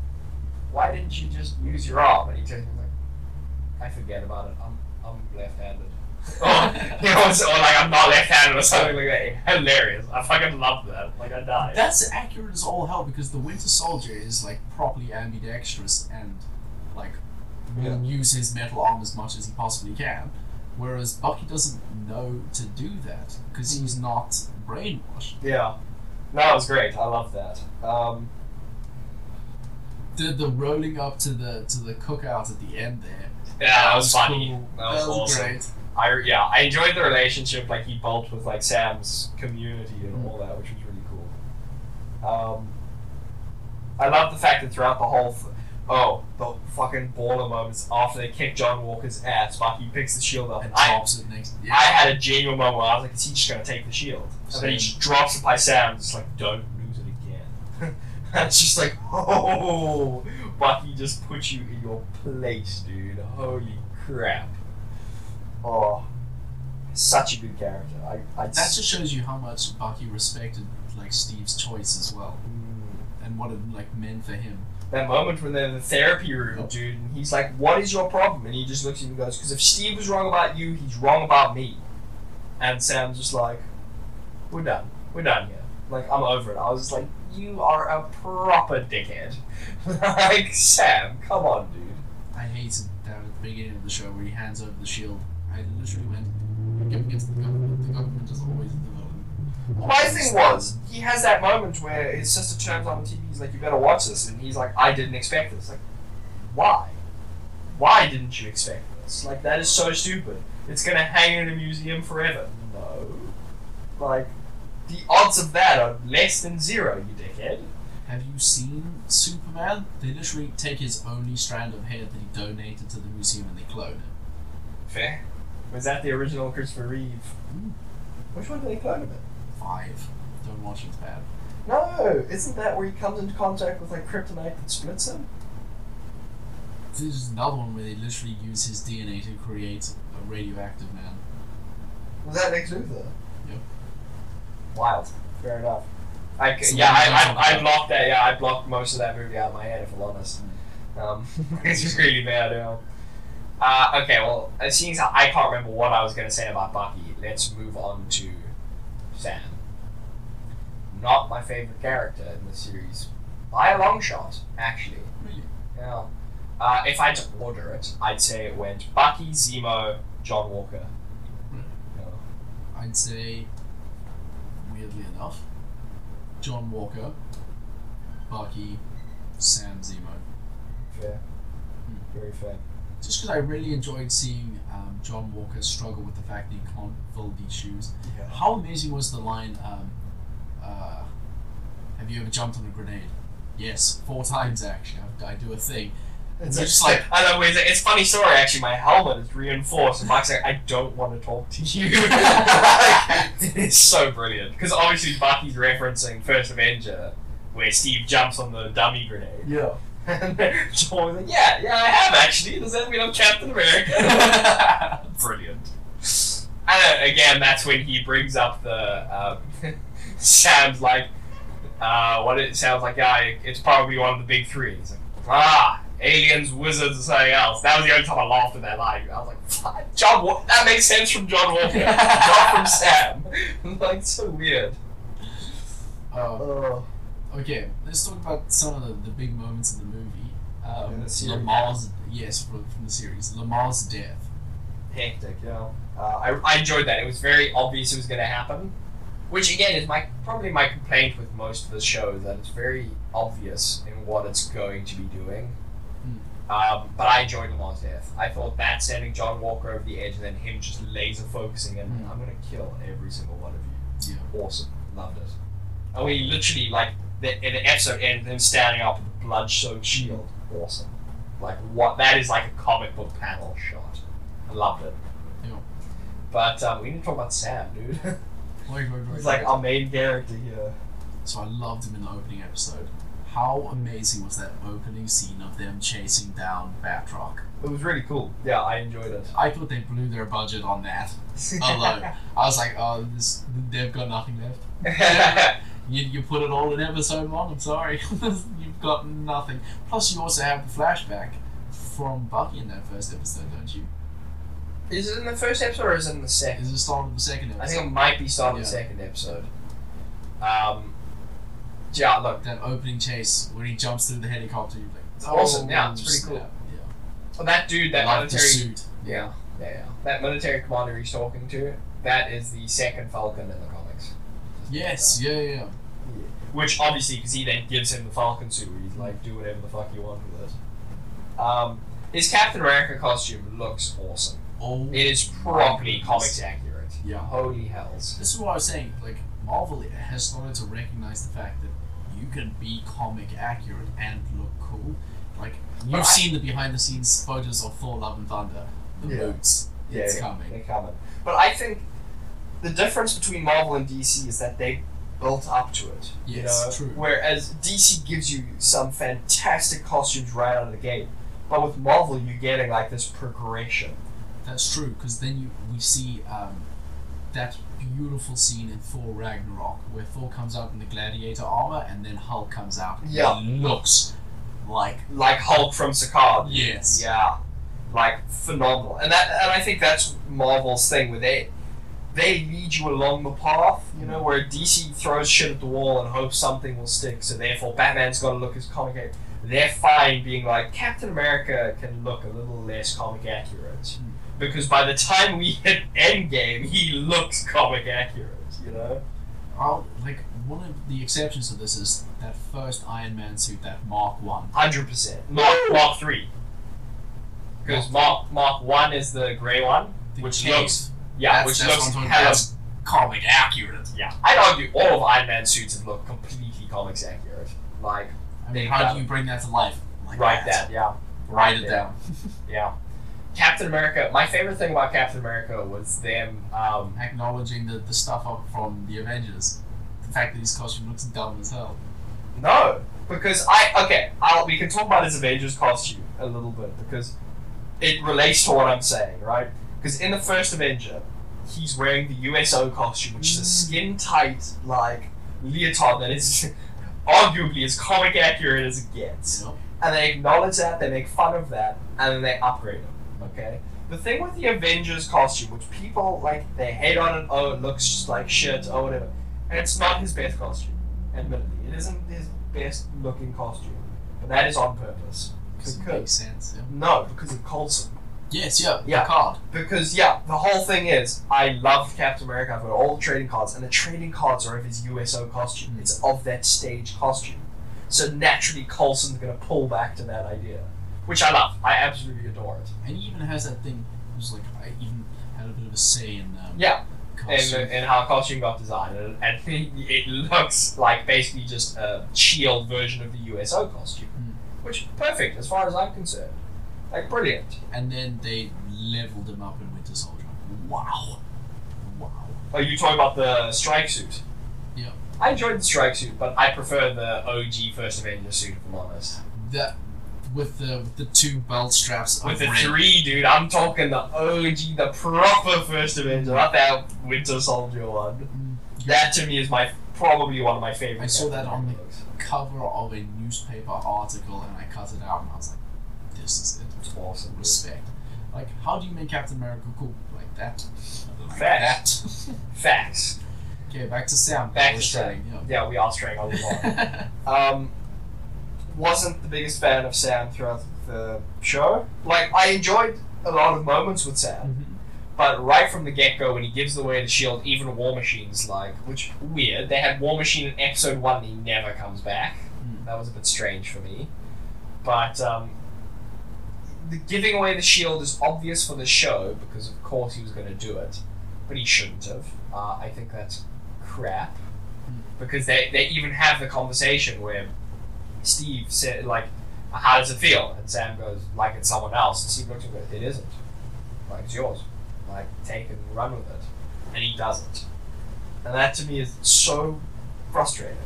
B: "Why didn't you just use your arm?" And he turns and he's like, "I forget about it. I'm, I'm left-handed." oh, you know, it's- or like I'm not left-handed or something like that. Hilarious. I fucking love that. Like I died.
A: That's accurate as all hell because the Winter Soldier is like properly ambidextrous and like will
B: Yeah.
A: use his metal arm as much as he possibly can. Whereas Bucky doesn't know to do that because he's
B: Mm.
A: not brainwashed.
B: Yeah. No, it was great. I love that. Um,
A: The the rolling up to the to the cookout at the end there.
B: yeah, that was funny.
A: cool.
B: That was awesome.
A: great.
B: I yeah, I enjoyed the relationship like he built with like Sam's community and all that, which was really cool. Um, I love the fact that throughout the whole, th- oh, the fucking baller moments after they kick John Walker's ass, Bucky picks the shield up.
A: And
B: I
A: tops it next. Yeah.
B: I had a genuine moment where I was like, is he just gonna take the shield? And then he just drops it by Sam, just like, don't lose it again. That's just like, oh, Bucky just put you in your place, dude. Holy crap. Oh, such a good character. I, I
A: That just shows you how much Bucky respected like Steve's choice as well,
B: mm.
A: and what it like meant for him.
B: that moment when they're in the therapy room, dude, and he's like, "What is your problem?" And he just looks at him and goes, "Because if Steve was wrong about you, he's wrong about me." And Sam's just like, "We're done. We're done here. Like, I'm over it." I was just like, "You are a proper dickhead." like, Sam, come on, dude.
A: I hated that at the beginning of the show where he hands over the shield. I literally went, "Go against the government. The government is always the villain."
B: My thing was, he has that moment where his sister turns on the TV, he's like, You better watch this. And he's like, I didn't expect this. Like, why? Why didn't you expect this? Like, that is so stupid. It's going to hang in a museum forever. No. Like, the odds of that are less than zero, you dickhead.
A: Have you seen Superman? They literally take his only strand of hair that he donated to the museum and they clone it.
B: Fair. Was that the original Christopher Reeve?
A: Mm.
B: Which one did they clone him in?
A: Five. Don't watch it, it's bad.
B: No, isn't that where he comes into contact with, like, kryptonite that splits him?
A: This is another one where they literally use his DNA to create a radioactive man.
B: Was that Lex Luthor?
A: Yep.
B: Wild. Fair enough. I, c-
A: So
B: yeah,
A: what
B: I,
A: did you
B: I, I
A: think?
B: blocked that. Yeah, I blocked most of that movie out of my head, if I'm honest. Um, it's just really bad. Yeah. Uh, okay, well, uh, seeing as how I can't remember what I was going to say about Bucky, let's move on to Sam. Not my favorite character in the series. By a long shot, actually.
A: Really?
B: Yeah. Uh, if I had to order it, I'd say it went Bucky, Zemo, John Walker.
A: Really?
B: Yeah.
A: I'd say, weirdly enough, John Walker, Bucky, Sam Zemo.
B: Fair. Very fair.
A: Just because I really enjoyed seeing um, John Walker struggle with the fact that he can't fill these shoes.
B: Yeah.
A: How amazing was the line, um, uh, have you ever jumped on a grenade? Yes, four times actually. I, I do a thing.
B: It's
A: You're
B: just
A: just
B: like
A: like-
B: I know. It's, it's a funny story actually. My helmet is reinforced, and Mike's like, "I don't want to talk to you." Like, it's so brilliant because obviously Bucky's referencing First Avenger, where Steve jumps on the dummy grenade.
A: Yeah.
B: And Joel's like, "Yeah, yeah, I have actually. Does that mean I'm Captain America?" brilliant. And uh, again, that's when he brings up the um, Sam's like, uh, what it sounds like, yeah, it- it's probably one of the big three. He's like, ah, aliens, wizards, and something else. That was the only time I laughed in that line. I was like, "Fuck, John, Wa- that makes sense from John Walker, not from Sam. like, so weird.
A: Um,
B: Oh,
A: okay, let's talk about some of the, the big moments in the movie. Um,
B: In the series.
A: Lamar's, yes, from, from the series. Lamar's death.
B: hectic, you know. Uh, I, I enjoyed that. It was very obvious it was going to happen, which again is my probably my complaint with most of the show that it's very obvious in what it's going to be doing.
A: Mm.
B: Um, but I enjoyed Lamar's death. I thought that sending John Walker over the edge and then him just laser focusing and
A: Mm.
B: I'm going to kill every single one of you
A: Yeah.
B: awesome. Loved it. And we literally like the, in the episode ends him standing up with blood soaked shield. Awesome. Like what that is like a comic book panel shot. I loved it.
A: Yeah.
B: But um, we need to talk about Sam, dude.
A: Wait, wait, wait,
B: He's like oh.
A: wait.
B: our main character here.
A: So I loved him in the opening episode. How amazing was that opening scene of them chasing down Batroc?
B: It was really cool. Yeah, I enjoyed it.
A: I thought they blew their budget on that alone. I was like, oh, this, they've got nothing left. You, you put it all in episode one, I'm sorry. You've got nothing. Plus, you also have the flashback from Bucky in that first episode, don't you?
B: is it in the first episode or is it in the second?
A: Is it the start of the second episode?
B: I think it might be starting the
A: Yeah.
B: second episode. Um, yeah, look,
A: that opening chase when he jumps through the helicopter, you're like,
B: It's
A: oh,
B: awesome. Yeah, it's pretty cool.
A: snap. Yeah.
B: that dude, that
A: Love the
B: military
A: suit.
B: Yeah, yeah, yeah. That military commander he's talking to, that is the second Falcon in the comics.
A: Yes, yeah, yeah, yeah.
B: Which obviously, because he then gives him the Falcon suit, where he's like, do whatever the fuck you want with it. Um, his Captain America costume looks awesome.
A: Oh,
B: It is properly
A: goodness.
B: comics accurate.
A: Yeah.
B: Holy hells.
A: This is what I was saying. Like Marvel has started to recognize the fact that you can be comic accurate and look cool. Like you've
B: Right.
A: seen the behind the scenes photos of Thor: Love and Thunder. The
B: Yeah.
A: boots, it's
B: yeah,
A: coming.
B: They're coming. But I think the difference between Marvel and DC is that they built up to it. you
A: Yes,
B: know?
A: true.
B: Whereas DC gives you some fantastic costumes right out of the gate, but with Marvel you're getting like this progression.
A: That's true, because then you we see um, that beautiful scene in Thor Ragnarok where Thor comes out in the gladiator armor and then Hulk comes out. and
B: Yeah.
A: he looks like
B: Like Hulk from Sakaar.
A: yes.
B: Yeah, like phenomenal, and that and I think that's Marvel's thing where they they lead you along the path, you know, where DC throws shit at the wall and hopes something will stick. So therefore, Batman's got to look as comic. ac- They're fine being like Captain America can look a little less comic accurate
A: Hmm.
B: because by the time we hit Endgame, he looks comic accurate. You know,
A: I'll, like one of the exceptions to this is that first Iron Man suit, that Mark One.
B: hundred percent. Mark Mark three. Because Mark Mark one is the grey one,
A: The
B: which
A: cave.
B: looks yeah,
A: That's-
B: which
A: that's
B: looks
A: what I'm talking about.
B: hella
A: That's comic accurate.
B: Yeah, I'd argue all of Iron Man's suits have looked completely comics accurate. Like,
A: I mean,
B: They
A: how
B: got
A: do you bring that to life? Like
B: write that, yeah,
A: Write it
B: Yeah.
A: down.
B: yeah. Captain America, my favorite thing about Captain America was them, um,
A: Acknowledging the, the stuff up from the Avengers. The fact that his costume looks dumb as hell.
B: no, because I, okay, I'll, we can talk about his Avengers costume a little bit, because it relates to what I'm saying, right? Because in the first Avenger, he's wearing the USO costume, which is a skin tight, like, leotard that is arguably as comic accurate as it gets.
A: You know?
B: and they acknowledge that, they make fun of that, and then they upgrade them. Okay. The thing with the Avengers costume, which people like, they hate on it. Oh, it looks just like shit. Oh, whatever. And it's not his best costume. Admittedly, it isn't his best looking costume, but that is on purpose.
A: Doesn't
B: Because-
A: make sense. yeah.
B: No, because of Coulson.
A: Yes, yeah,
B: Yeah.
A: the card.
B: Because yeah, the whole thing is I love Captain America. I've got all the trading cards, and the trading cards are of his USO costume. It's of that stage costume. So naturally, Coulson's going to pull back to that idea, which I love. I absolutely adore it.
A: And he even has that thing. It was like I even had a bit of a say in um,
B: Yeah, and,
A: costume.
B: and how costume got designed, and, and it looks like basically just a shield version of the USO costume, which perfect as far as I'm concerned. Like brilliant.
A: And then they leveled him up in Winter Soldier. Wow, wow.
B: Oh, you talking about the strike suit?
A: Yeah.
B: I enjoyed the strike suit, but I prefer the OG First Avenger suit, if I'm honest.
A: That with the with the two belt straps of
B: With the
A: red.
B: three, dude, I'm talking the OG, the proper First Avenger, not that Winter Soldier one.
A: Mm, you-
B: That to me is my probably one of my favorite.
A: I saw that on the-
B: books.
A: cover of a newspaper article and I cut it out and I was like, this is it.
B: It's awesome. dude.
A: Respect. Like, how do you make Captain America cool like that? Like
B: Facts.
A: that.
B: Facts.
A: okay, back to Sam.
B: Back
A: I
B: to
A: was
B: Sam.
A: saying,
B: Yeah, we are straying a lot.
A: yeah.
B: um, wasn't the biggest fan of Sam throughout the show. Like, I enjoyed a lot of moments with Sam. But right from the get go, when he gives away the shield, even War Machine's like, which weird. They had War Machine in episode one, and he never comes back.
A: Hmm.
B: That was a bit strange for me. But um, the giving away the shield is obvious for the show because, of course, he was going to do it, but he shouldn't have. Uh, I think that's crap
A: Hmm.
B: because they they even have the conversation where Steve said like, "How does it feel?" and Sam goes, "Like it's someone else," and Steve looks at him and goes, "It isn't." like it's yours. Like take it and run with it. And he doesn't. And that to me is so frustrating.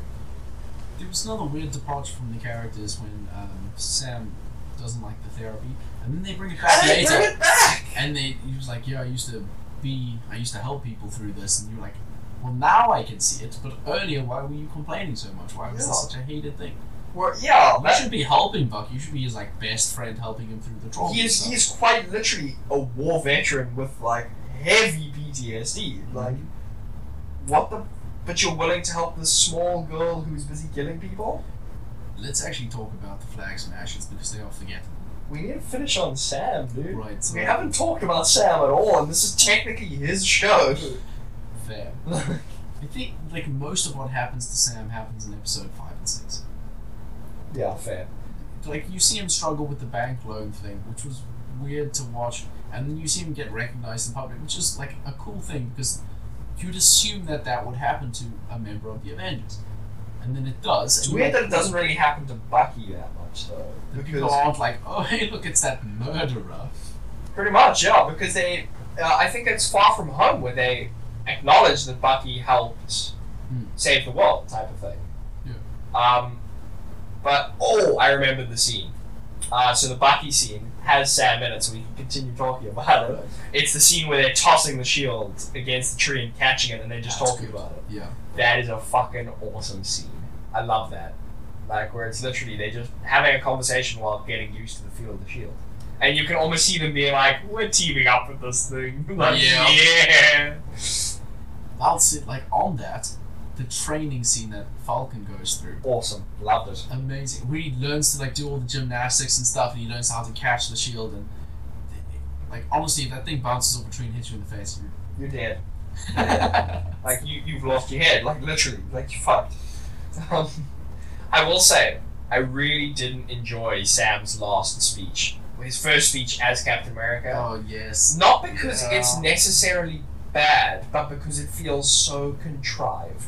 A: There was another weird departure from the characters when um, Sam doesn't like the therapy, and then they bring it back later.
B: it back.
A: And they, he was like, "Yeah, I used to be, I used to help people through this," and you're like, "Well, now I can see it, but earlier, why were you complaining so much? Why was this
B: Yeah.
A: such a hated thing?
B: Well, yeah,
A: You
B: that-
A: should be helping Buck. You should be his like best friend, helping him through the trauma."
B: he
A: and
B: is
A: stuff.
B: he is quite literally a war veteran with like heavy PTSD. Like what the but you're willing to help this small girl who's busy killing people?
A: Let's actually talk about the flag smashes because they are forgettable,
B: We need to finish on Sam, dude.
A: right? So
B: We haven't talked about Sam at all, and this is technically his show.
A: fair. I think like most of what happens to Sam happens in episode five and six.
B: yeah, fair.
A: like you see him struggle with the bank loan thing, which was weird to watch, and then you see him get recognized in public, which is like a cool thing because you'd assume that that would happen to a member of the Avengers, and then it does.
B: It's
A: and
B: weird that it doesn't really happen to Bucky that much, though.
A: the people
B: Because
A: aren't like, oh hey, look, it's that murderer.
B: pretty much, yeah. Because they, uh, I think it's Far From Home where they acknowledge that Bucky helped
A: Hmm.
B: save the world type of thing.
A: Yeah.
B: Um, but oh, I remember the scene. Uh, so the Bucky scene has Sam in it, so we can continue talking about it. It's the scene where they're tossing the shield against the tree and catching it, and they're just
A: That's
B: talking
A: good.
B: about it.
A: Yeah.
B: That is a fucking awesome scene. I love that. Like where it's literally they're just having a conversation while getting used to the feel of the shield. And you can almost see them being like, We're teaming up with this thing. like
A: Yeah.
B: yeah.
A: That's it. Like on that, the training scene that Falcon goes through.
B: Awesome. Loved it.
A: Amazing. Where he learns to like do all the gymnastics and stuff, and he learns how to catch the shield. And like honestly, if that thing bounces off a tree and hits you in the face, you
B: You're dead. like you you've lost your head, like literally, like you fucked. Um, I will say, I really didn't enjoy Sam's last speech. His first speech as Captain America.
A: oh yes.
B: Not because
A: Yeah.
B: it's necessarily bad, but because it feels so contrived.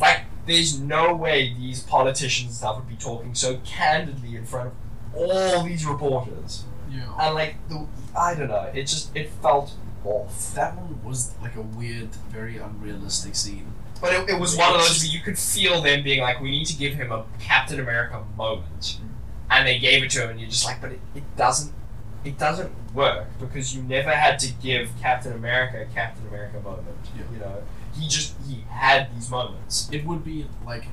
B: Like, there's no way these politicians and stuff would be talking so candidly in front of all these reporters.
A: Yeah.
B: And, like, the, I don't know, it just, it felt off.
A: That one was like a weird, very unrealistic scene.
B: But it, it was one of those where you could feel them being like, we need to give him a Captain America moment. And they gave it to him, and you're just like, but it, it doesn't, it doesn't work because you never had to give Captain America a Captain America moment.
A: Yeah.
B: You know, he just he had these moments.
A: It would be like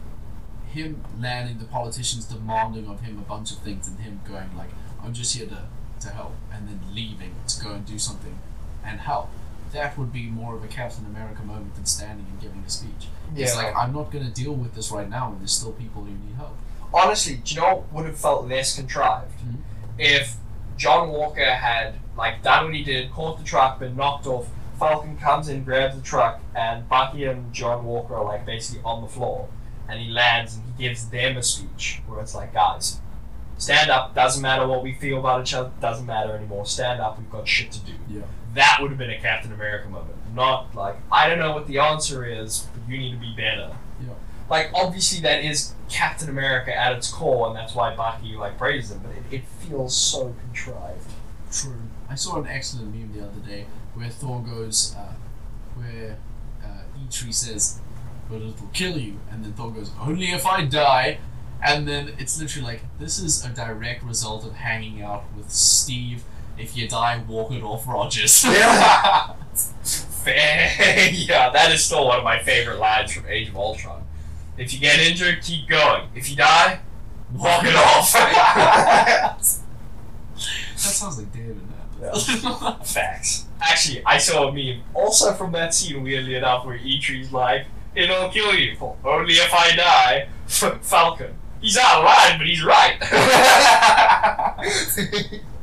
A: him landing, the politicians demanding of him a bunch of things, and him going like, "I'm just here to to help," and then leaving to go and do something and help. That would be more of a Captain America moment than standing and giving a speech. It's like I'm not going to deal with this right now, and there's still people who need help.
B: honestly, do you know what would have felt less contrived
A: Mhm.
B: if John Walker had like done what he did, caught the truck, been knocked off. Falcon comes in, grabs the truck, and Bucky and John Walker are like basically on the floor, and he lands and he gives them a speech where it's like, guys, stand up. Doesn't matter what we feel about each other. Doesn't matter anymore. Stand up. We've got shit to do.
A: Yeah.
B: That would have been a Captain America moment. Not like I don't know what the answer is, but you need to be better.
A: Yeah.
B: Like obviously that is Captain America at its core, and that's why Bucky like praises him. But it, it feels so contrived.
A: True. I saw an excellent meme the other day where Thor goes, uh, where uh, Eitri says, "But it'll kill you," and then Thor goes, "Only if I die." And then it's literally like this is a direct result of hanging out with Steve. If you die, walk it off, Rogers.
B: Yeah. Fair. yeah, that is still one of my favorite lines from Age of Ultron. If you get injured, keep going. If you die, walk it off.
A: that sounds like David. Now.
B: Facts. Actually, I saw a meme also from that scene, weirdly enough, where E-Tree's like, it'll kill you, only if I die, Falcon. He's out of line, but he's right.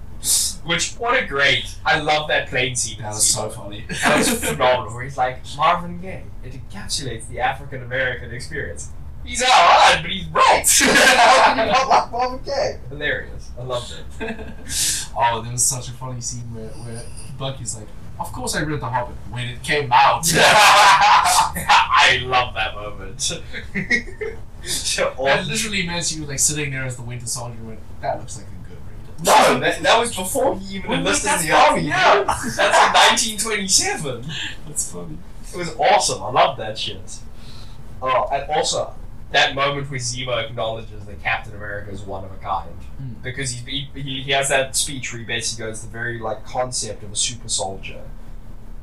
B: Which, what a great, I love that plane scene.
A: that was so funny.
B: That was phenomenal, where he's like, Marvin Gaye, it encapsulates the African American experience. He's out of line, but he's right. How can you not like Marvin Gaye? Hilarious. I loved it.
A: oh, there was such a funny scene where, where Bucky's like, "Of course I read The Hobbit when it came out."
B: I love that moment. So
A: That
B: awesome.
A: literally meant you were like sitting there as the Winter Soldier and went, that looks like a good read.
B: No, that, that was before he even
A: Well,
B: enlisted in
A: that's
B: the army.
A: yeah.
B: dude. That's like 1927.
A: That's funny.
B: It was awesome. I love that shit. Oh, and also that moment where Zemo acknowledges that Captain America is one of a kind
A: Mm.
B: because he's, he he he has that speech where he basically goes the very like concept of a super soldier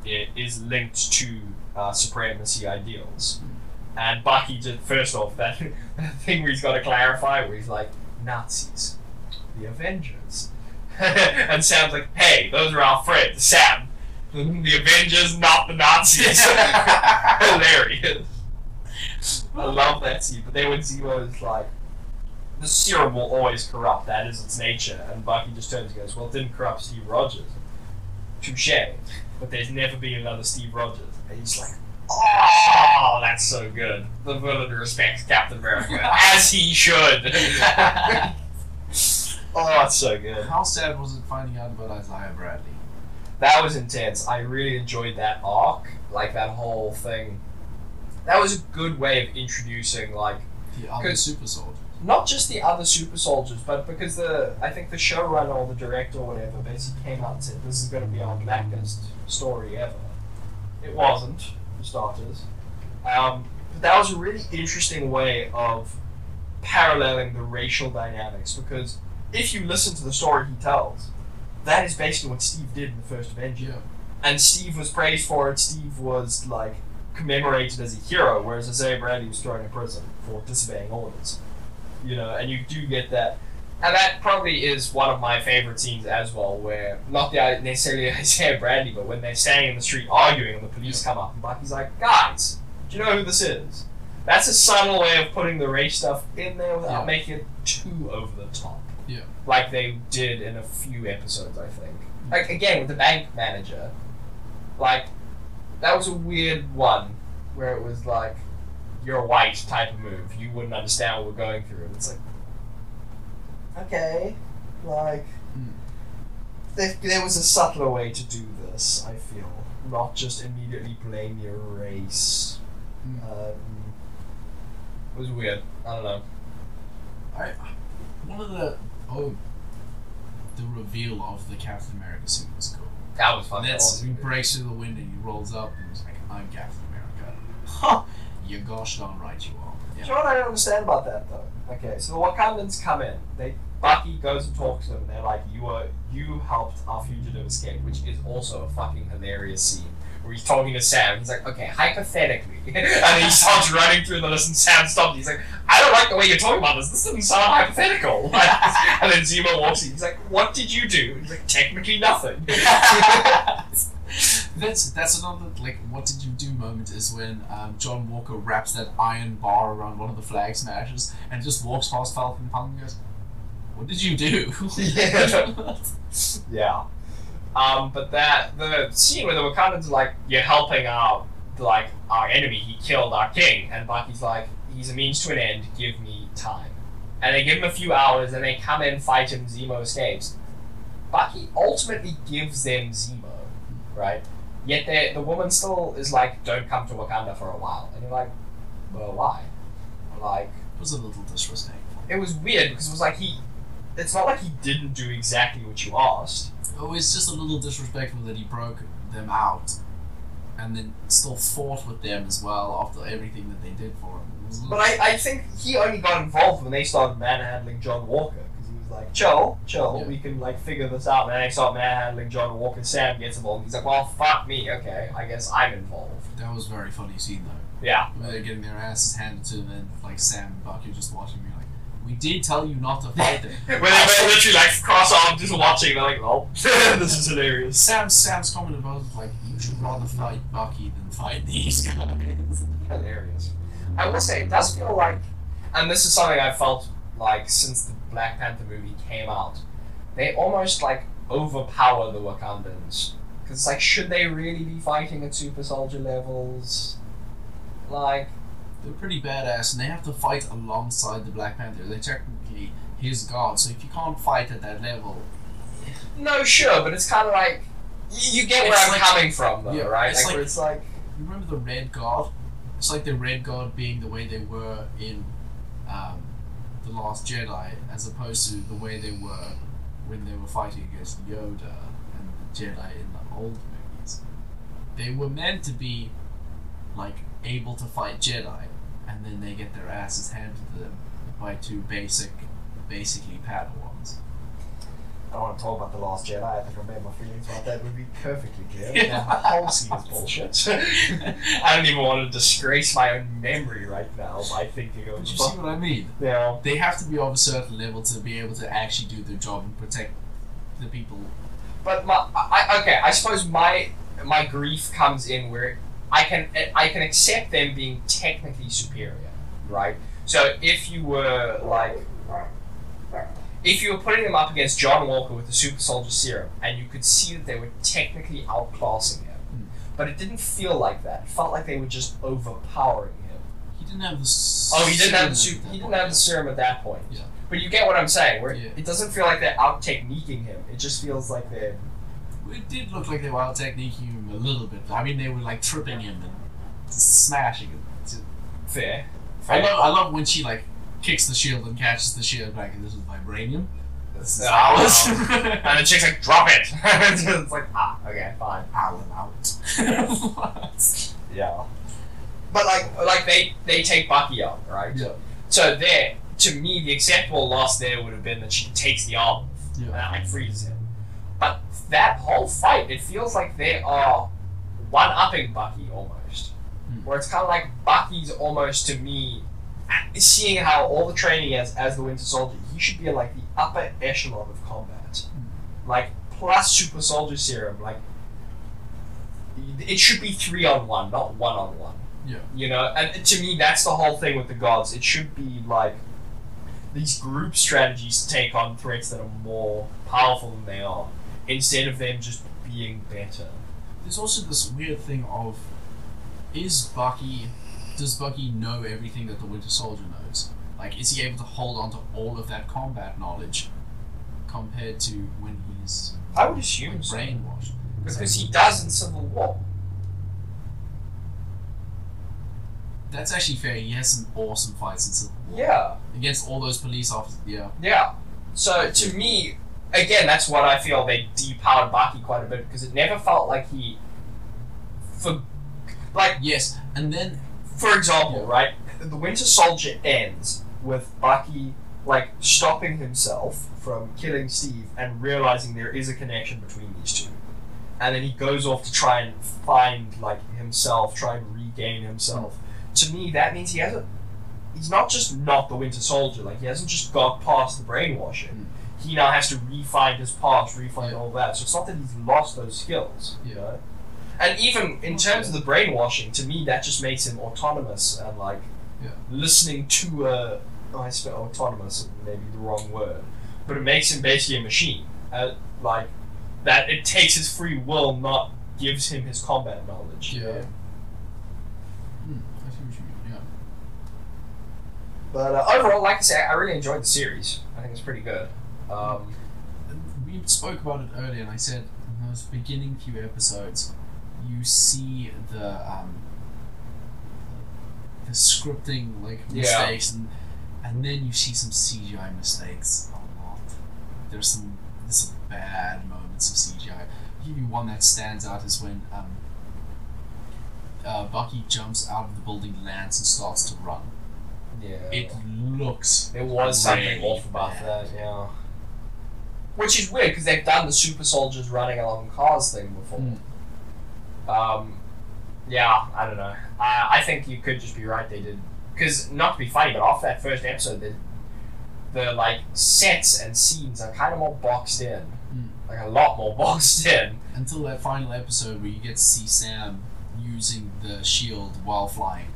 B: i- is linked to uh, supremacy ideals. And Bucky did first off that, that thing where he's got to clarify where he's like Nazis, the Avengers, and Sam's like, hey, those are our friends, Sam. The Avengers, not the Nazis. Hilarious. I love that scene. But then when Zemo is like, the serum will always corrupt. That is its nature. And Bucky just turns and goes, well, it didn't corrupt Steve Rogers. Touche. But there's never been another Steve Rogers. And he's like, oh, that's so good. The villain respects Captain America, as he should. oh, that's so good.
A: How sad was it finding out about Isaiah Bradley?
B: that was intense. I really enjoyed that arc, like that whole thing. That was a good way of introducing, like,
A: The other
B: Good.
A: super soldier.
B: not just the other super soldiers, but because the I think the showrunner or the director or whatever basically came out and said this is going to be our blackest story ever. It wasn't, for starters. Um, But that was a really interesting way of paralleling the racial dynamics because if you listen to the story he tells, that is basically what Steve did in the first Avenger.
A: Yeah.
B: And Steve was praised for it, Steve was like commemorated as a hero, whereas Isaiah Bradley was thrown in prison for disobeying orders. You know, and you do get that. And that probably is one of my favorite scenes as well, where not the necessarily Isaiah Bradley, but when they're standing in the street arguing and the police come up and Bucky's like, guys, do you know who this is? That's a subtle way of putting the race stuff in there without
A: Yeah.
B: making it too over the top.
A: Yeah.
B: Like they did in a few episodes, I think. Like again with the bank manager, like that was a weird one where it was like you're a white type of move. You wouldn't understand what we're going through. And it's like, okay, like
A: Hmm.
B: there, there was a subtler way to do this. I feel not just immediately blame your race.
A: Hmm.
B: Um, it was weird. I don't know.
A: I one of the oh the reveal of the Captain America suit was cool.
B: That was
A: And
B: fucking
A: that's he
B: awesome.
A: breaks through the window, he rolls up and he's like, I'm Captain America. Ha! You gosh darn right you are.
B: Do
A: Yeah.
B: you know what I don't understand about that though? Okay, so the Wakandans come in. They Bucky goes and talks to them. And they're like, "You are you helped our fugitive escape," which is also a fucking hilarious scene where he's talking to Sam. He's like, "Okay, hypothetically," and he starts running through the list, and Sam stops. He's like, "I don't like the way you're talking about this. This doesn't sound hypothetical." and then Zemo walks in. He's like, "What did you do?" He's like, "Technically nothing."
A: That's that's another like what did you do moment is when um, John Walker wraps that iron bar around one of the flag smashes and just walks past Falcon Punk and goes, What did you do?
B: Yeah. Yeah. Um, but that the scene where the Wakandans are like, "You're helping our like our enemy. He killed our king," and Bucky's like, "He's a means to an end. Give me time." And they give him a few hours, and they come in, fight him. Zemo escapes. Bucky ultimately gives them Zemo, right? Yet they- the woman still is like, "Don't come to Wakanda for a while," and you're like, "Well, why?" Like,
A: it was a little disrespectful.
B: it was weird because it was like he. It's not like he didn't do exactly what you asked.
A: Oh, it's just a little disrespectful that he broke them out and then still fought with them as well after everything that they did for him. It was a little-
B: But I, I think he only got involved when they started manhandling John Walker because he was like, chill, chill,
A: Yeah.
B: we can like figure this out. And they start manhandling John Walker. Sam gets involved. He's like, well, fuck me. Okay, I guess I'm involved.
A: that was a very funny scene though.
B: Yeah.
A: Where they're getting their asses handed to them and like Sam and Bucky just watching me like, We did tell you not to fight them.
B: When they were literally like cross armed just watching, they're like, lol, this is hilarious.
A: Sam Sam's comment about it was like you should rather fight Bucky than fight these guys.
B: Hilarious. I will say, it does feel like, and this is something I felt like since the Black Panther movie came out, they almost like overpower the Wakandans. Because it's like, should they really be fighting at super soldier levels? Like,
A: They're pretty badass and they have to fight alongside the Black Panther. They're technically his god, so if you can't fight at that level,
B: no, sure, but it's kind of like, you, you get where
A: It's
B: I'm
A: like-
B: coming from, though,
A: yeah,
B: right?
A: it's
B: like,
A: like-
B: where it's like,
A: You remember the Red Guard? It's like the Red Guard being the way they were in um, The Last Jedi, as opposed to the way they were when they were fighting against Yoda and the Jedi in the old movies. They were meant to be like able to fight Jedi, and then they get their asses handed to them by two basic, basically Padawans.
B: I don't want to talk about The Last Jedi. I think I made my feelings about that would be perfectly clear.
A: Yeah.
B: Now, the whole scene is bullshit. I don't even want to disgrace my own memory right now by thinking
A: but
B: of
A: you see what I mean?
B: now.
A: they have to be of a certain level to be able to actually do their job and protect the people.
B: But my, I, I- okay, I suppose my my grief comes in where I can I can accept them being technically superior, right? So if you were like, if you were putting them up against John Walker with the Super Soldier Serum, and you could see that they were technically outclassing him, but it didn't feel like that. It felt like they were just overpowering him.
A: He didn't have the. s-
B: Oh, he didn't have the
A: serum
B: super,
A: at
B: he
A: that
B: didn't have the
A: point,
B: serum at that point.
A: Yeah.
B: But you get what I'm saying. Where
A: Yeah.
B: it doesn't feel like they're out techniquing him. It just feels like they're
A: yeah. It did look like they were out techniquing him a little bit. I mean, they were like tripping him and smashing him. It's-
B: fair.
A: I
B: fair.
A: love, I love when she like kicks the shield and catches the shield back, and this is vibranium. This is
B: Oh,
A: ours.
B: wow. and the chick's like, drop it. it's like, ah, okay, fine.
A: I'll allow it. What?
B: Yeah. but like like they they take Bucky out, right?
A: Yeah.
B: So there, to me, the acceptable loss there would have been that she takes the arm and
A: Yeah.
B: that like frees him. But that whole fight, it feels like they are one upping Bucky almost.
A: Hmm.
B: Where it's kind of like Bucky's almost to me, a- seeing how all the training as as the Winter Soldier, he should be in like the upper echelon of combat,
A: Hmm.
B: like plus Super Soldier Serum, like it should be three on one, not one on one.
A: Yeah.
B: You know, and to me, that's the whole thing with the gods. It should be like these group strategies to take on threats that are more powerful than they are, instead of them just being better.
A: There's also this weird thing of is Bucky does Bucky know everything that the Winter Soldier knows? Like is he able to hold on to all of that combat knowledge compared to when he's
B: I would assume so.
A: brainwashed?
B: Because he does in Civil War.
A: That's actually fair. He has some awesome fights in Civil War
B: Yeah.
A: against all those police officers. Yeah,
B: Yeah. So to me, again, that's what I feel they depowered Baki quite a bit because it never felt like he. For, like,
A: yes. And then
B: for example, right, the Winter Soldier ends with Bucky like stopping himself from killing Steve and realizing there is a connection between these two, and then he goes off to try and find like himself, try and regain himself. To me, that means he hasn't. He's not just not the Winter Soldier. Like he hasn't just got past the brainwashing. He now has to refine his past, refine
A: Yeah.
B: all that. So it's not that he's lost those skills.
A: yeah,
B: And even in terms of the brainwashing, to me that just makes him autonomous and like
A: Yeah.
B: listening to a. oh, I spent autonomous, is maybe the wrong word, but it makes him basically a machine. Uh, like that, it takes his free will, not gives him his combat knowledge.
A: yeah. Hmm, I see what you mean. Yeah.
B: But uh, overall, like I say, I really enjoyed the series. I think it's pretty good. Um,
A: we spoke about it earlier, and I said in those beginning few episodes, you see the um, the scripting like
B: Yeah.
A: mistakes, and and then you see some CGI mistakes a lot. There's some there's some bad moments of CGI. I'll give you one that stands out is when um, uh, Bucky jumps out of the building, lands, and starts to run.
B: yeah.
A: It looks
B: There was something
A: Really
B: off about
A: bad.
B: that, yeah. Which is weird because they've done the super soldiers running along cars thing before.
A: Mm.
B: Um, yeah, I don't know. I, I think you could just be right. They did because not to be funny, but after that first episode, the the like sets and scenes are kind of more boxed in,
A: Mm.
B: like a lot more boxed in.
A: until that final episode where you get to see Sam using the shield while flying.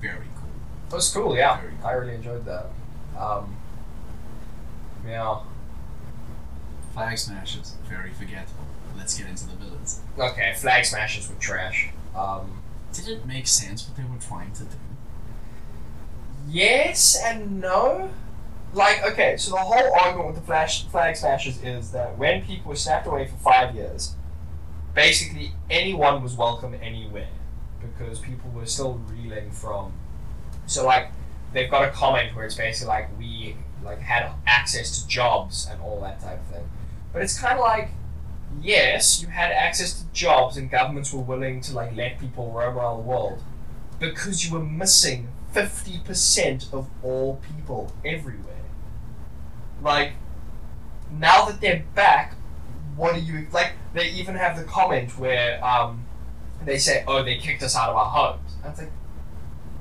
A: Very cool.
B: It was cool, yeah.
A: Very
B: I really enjoyed that. Um, yeah.
A: Flag smashes. Very forgettable. Let's get into the villains.
B: Okay, flag smashes were trash. Um,
A: Did it make sense what they were trying to do?
B: Yes and no. Like, okay, so the whole argument with the flash, flag smashers is that when people were snapped away for five years, basically anyone was welcome anywhere because people were still reeling from. So, like, they've got a comment where it's basically like we like had access to jobs and all that type of thing. But it's kind of like, yes, you had access to jobs and governments were willing to like let people roam around the world because you were missing 50% of all people everywhere. Like, now that they're back, what do you. Like, they even have the comment where um, they say, oh, they kicked us out of our homes. And it's like,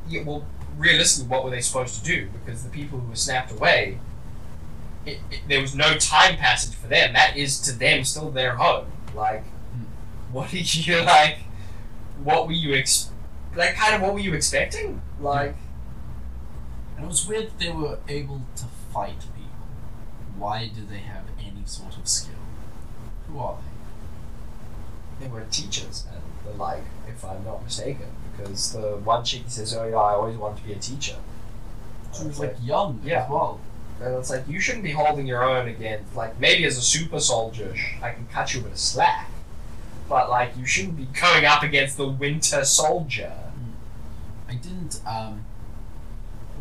B: yeah, well, realistically, what were they supposed to do? Because the people who were snapped away, it, it, there was no time passage for them. That is to them still their home. Like,
A: Hmm.
B: what did you, like, what were you expecting? like kind of what were you expecting? Like
A: And it was weird that they were able to fight people. Why do they have any sort of skill? Who are they?
B: they were teachers and the like, if I'm not mistaken, because the one chick says, "Oh yeah, I always wanted to be a teacher."
A: She was like young
B: Yeah.
A: as well.
B: and it's like you shouldn't be holding your own against like maybe as a super soldier, sh- I can cut you with a slack, but like you shouldn't be going up against the Winter Soldier.
A: I didn't. Um,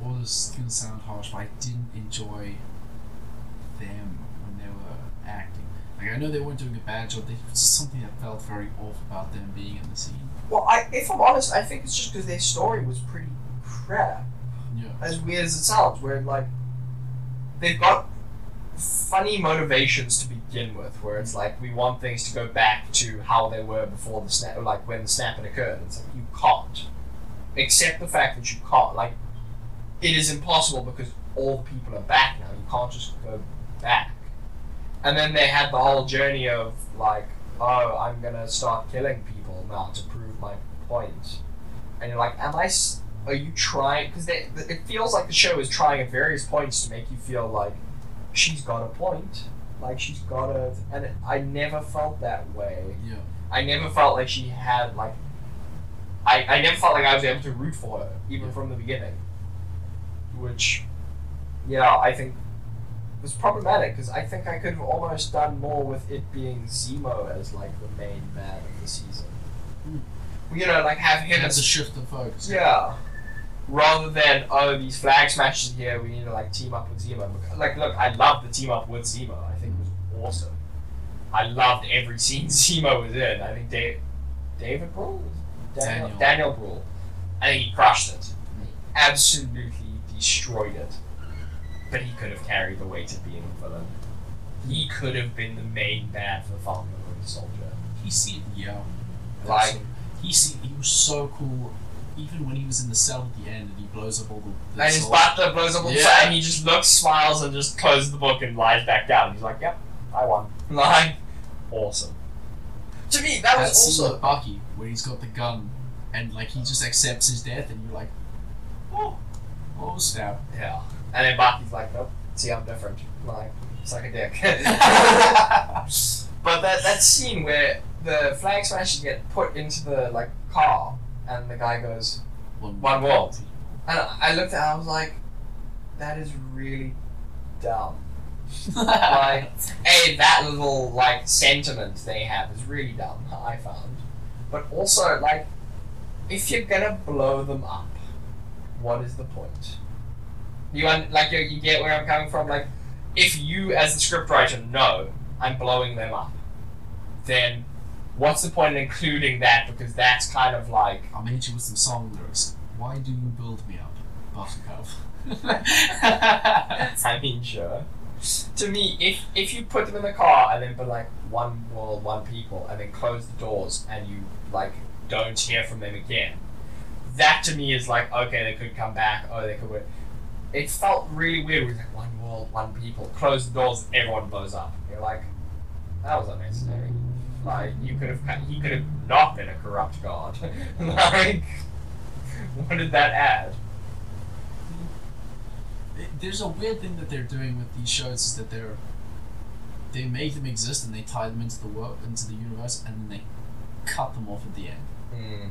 A: all this is gonna sound harsh, but I didn't enjoy them when they were acting. Like I know they weren't doing a bad job. There was just something that felt very off about them being in the scene.
B: Well, I, if I'm honest, I think it's just because their story was pretty crap.
A: Yeah.
B: As weird as it sounds, where like they've got funny motivations to begin with, where it's like we want things to go back to how they were before the snap, like when the snapping occurred. It's like you can't accept the fact that you can't. Like it is impossible because all the people are back now. You can't just go back. And then they had the whole journey of like, oh, I'm gonna start killing people now to prove my point. And you're like, am I? S- are you trying? Because it feels like the show is trying at various points to make you feel like she's got a point. Like she's got a, and it, I never felt that way.
A: Yeah.
B: I never felt like she had like I, I never felt like I was able to root for her, even from the beginning. Which yeah, I think was problematic because I think I could have almost done more with it being Zemo as like the main man of the season.
A: Mm.
B: You know, like have him
A: That's
B: as
A: a shift of focus.
B: yeah. Rather than oh these flag smashes here, we need to like team up with Zemo. Bec- Like look, I love the team up with Zemo. I think it was awesome. I loved every scene Zemo was in. I think Dave, David Brule, Daniel
A: Daniel.
B: Daniel Brule. I think he crushed it. He absolutely destroyed it. But he could have carried the weight of being the villain. He could have been the main man for Falcon and Winter Soldier.
A: He seemed yeah.
B: Like
A: he seemed he was so cool. Even when he was in the cell at the end and he blows up all the, the
B: And his
A: salt-
B: butler blows up all the
A: Yeah.
B: time, and he just looks, smiles, and just closes the book and lies back down. He's like, "Yep, I won." Like, awesome. To me, that
A: that
B: was
A: scene
B: also
A: with Bucky where he's got the gun and like he just accepts his death and you're like, oh, oh snap.
B: yeah. And then Baki's like, "Nope, see, I'm different." Like, it's like a dick. but that that scene where the flag smashers get put into the like car, and the guy goes, One world. and I looked at, it, I was like, "That is really dumb." like, a that little like sentiment they have is really dumb. I found, but also like, if you're gonna blow them up, what is the point? You un- like you, you get where I'm coming from. Like, if you as the scriptwriter know I'm blowing them up, then what's the point in including that? Because that's kind of like
A: I'll hit you with some song lyrics. Why do you build me up, Buttercup?
B: I mean, sure. To me, if if you put them in the car and then put like one world, one people, and then close the doors and you like don't hear from them again, that to me is like okay, they could come back. Oh, they could. Work. It felt really weird. It was like one world, one people. Close the doors, everyone blows up. You're like, that was unnecessary. Like you could have, cut- he could have not been a corrupt god. like, what did that add?
A: There's a weird thing that they're doing with these shows is that they're they make them exist and they tie them into the world into the universe and then they cut them off at the end.
B: Hmm,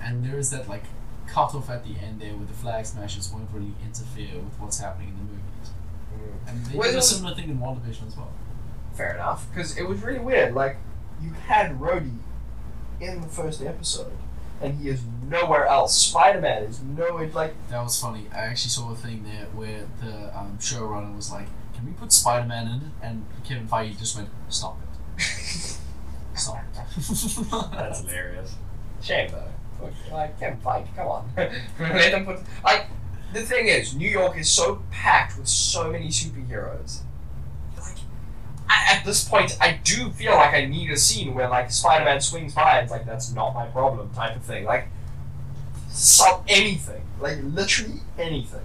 A: And there is that like cut off at the end there where the flag smashers won't really interfere with what's happening in the movies.
B: hmm.
A: And they
B: Well,
A: did
B: it
A: a
B: was-
A: similar thing in WandaVision as well.
B: Fair enough, because it was really weird. Like, you had Rhodey in the first episode, and he is nowhere else. Spider Man is nowhere, like,
A: That was funny. I actually saw a thing there where the um, showrunner was like, "Can we put Spider-Man in?" it?" And Kevin Feige just went, "Stop it, stop it."
B: that's hilarious. Shame, though. Look, Like, Kevin Feige, come on. Let them put. Like, the thing is, New York is so packed with so many superheroes. Like, I, at this point, I do feel like I need a scene where, like, Spider Man swings by and it's like, that's not my problem type of thing. Like, some anything. Like, literally anything.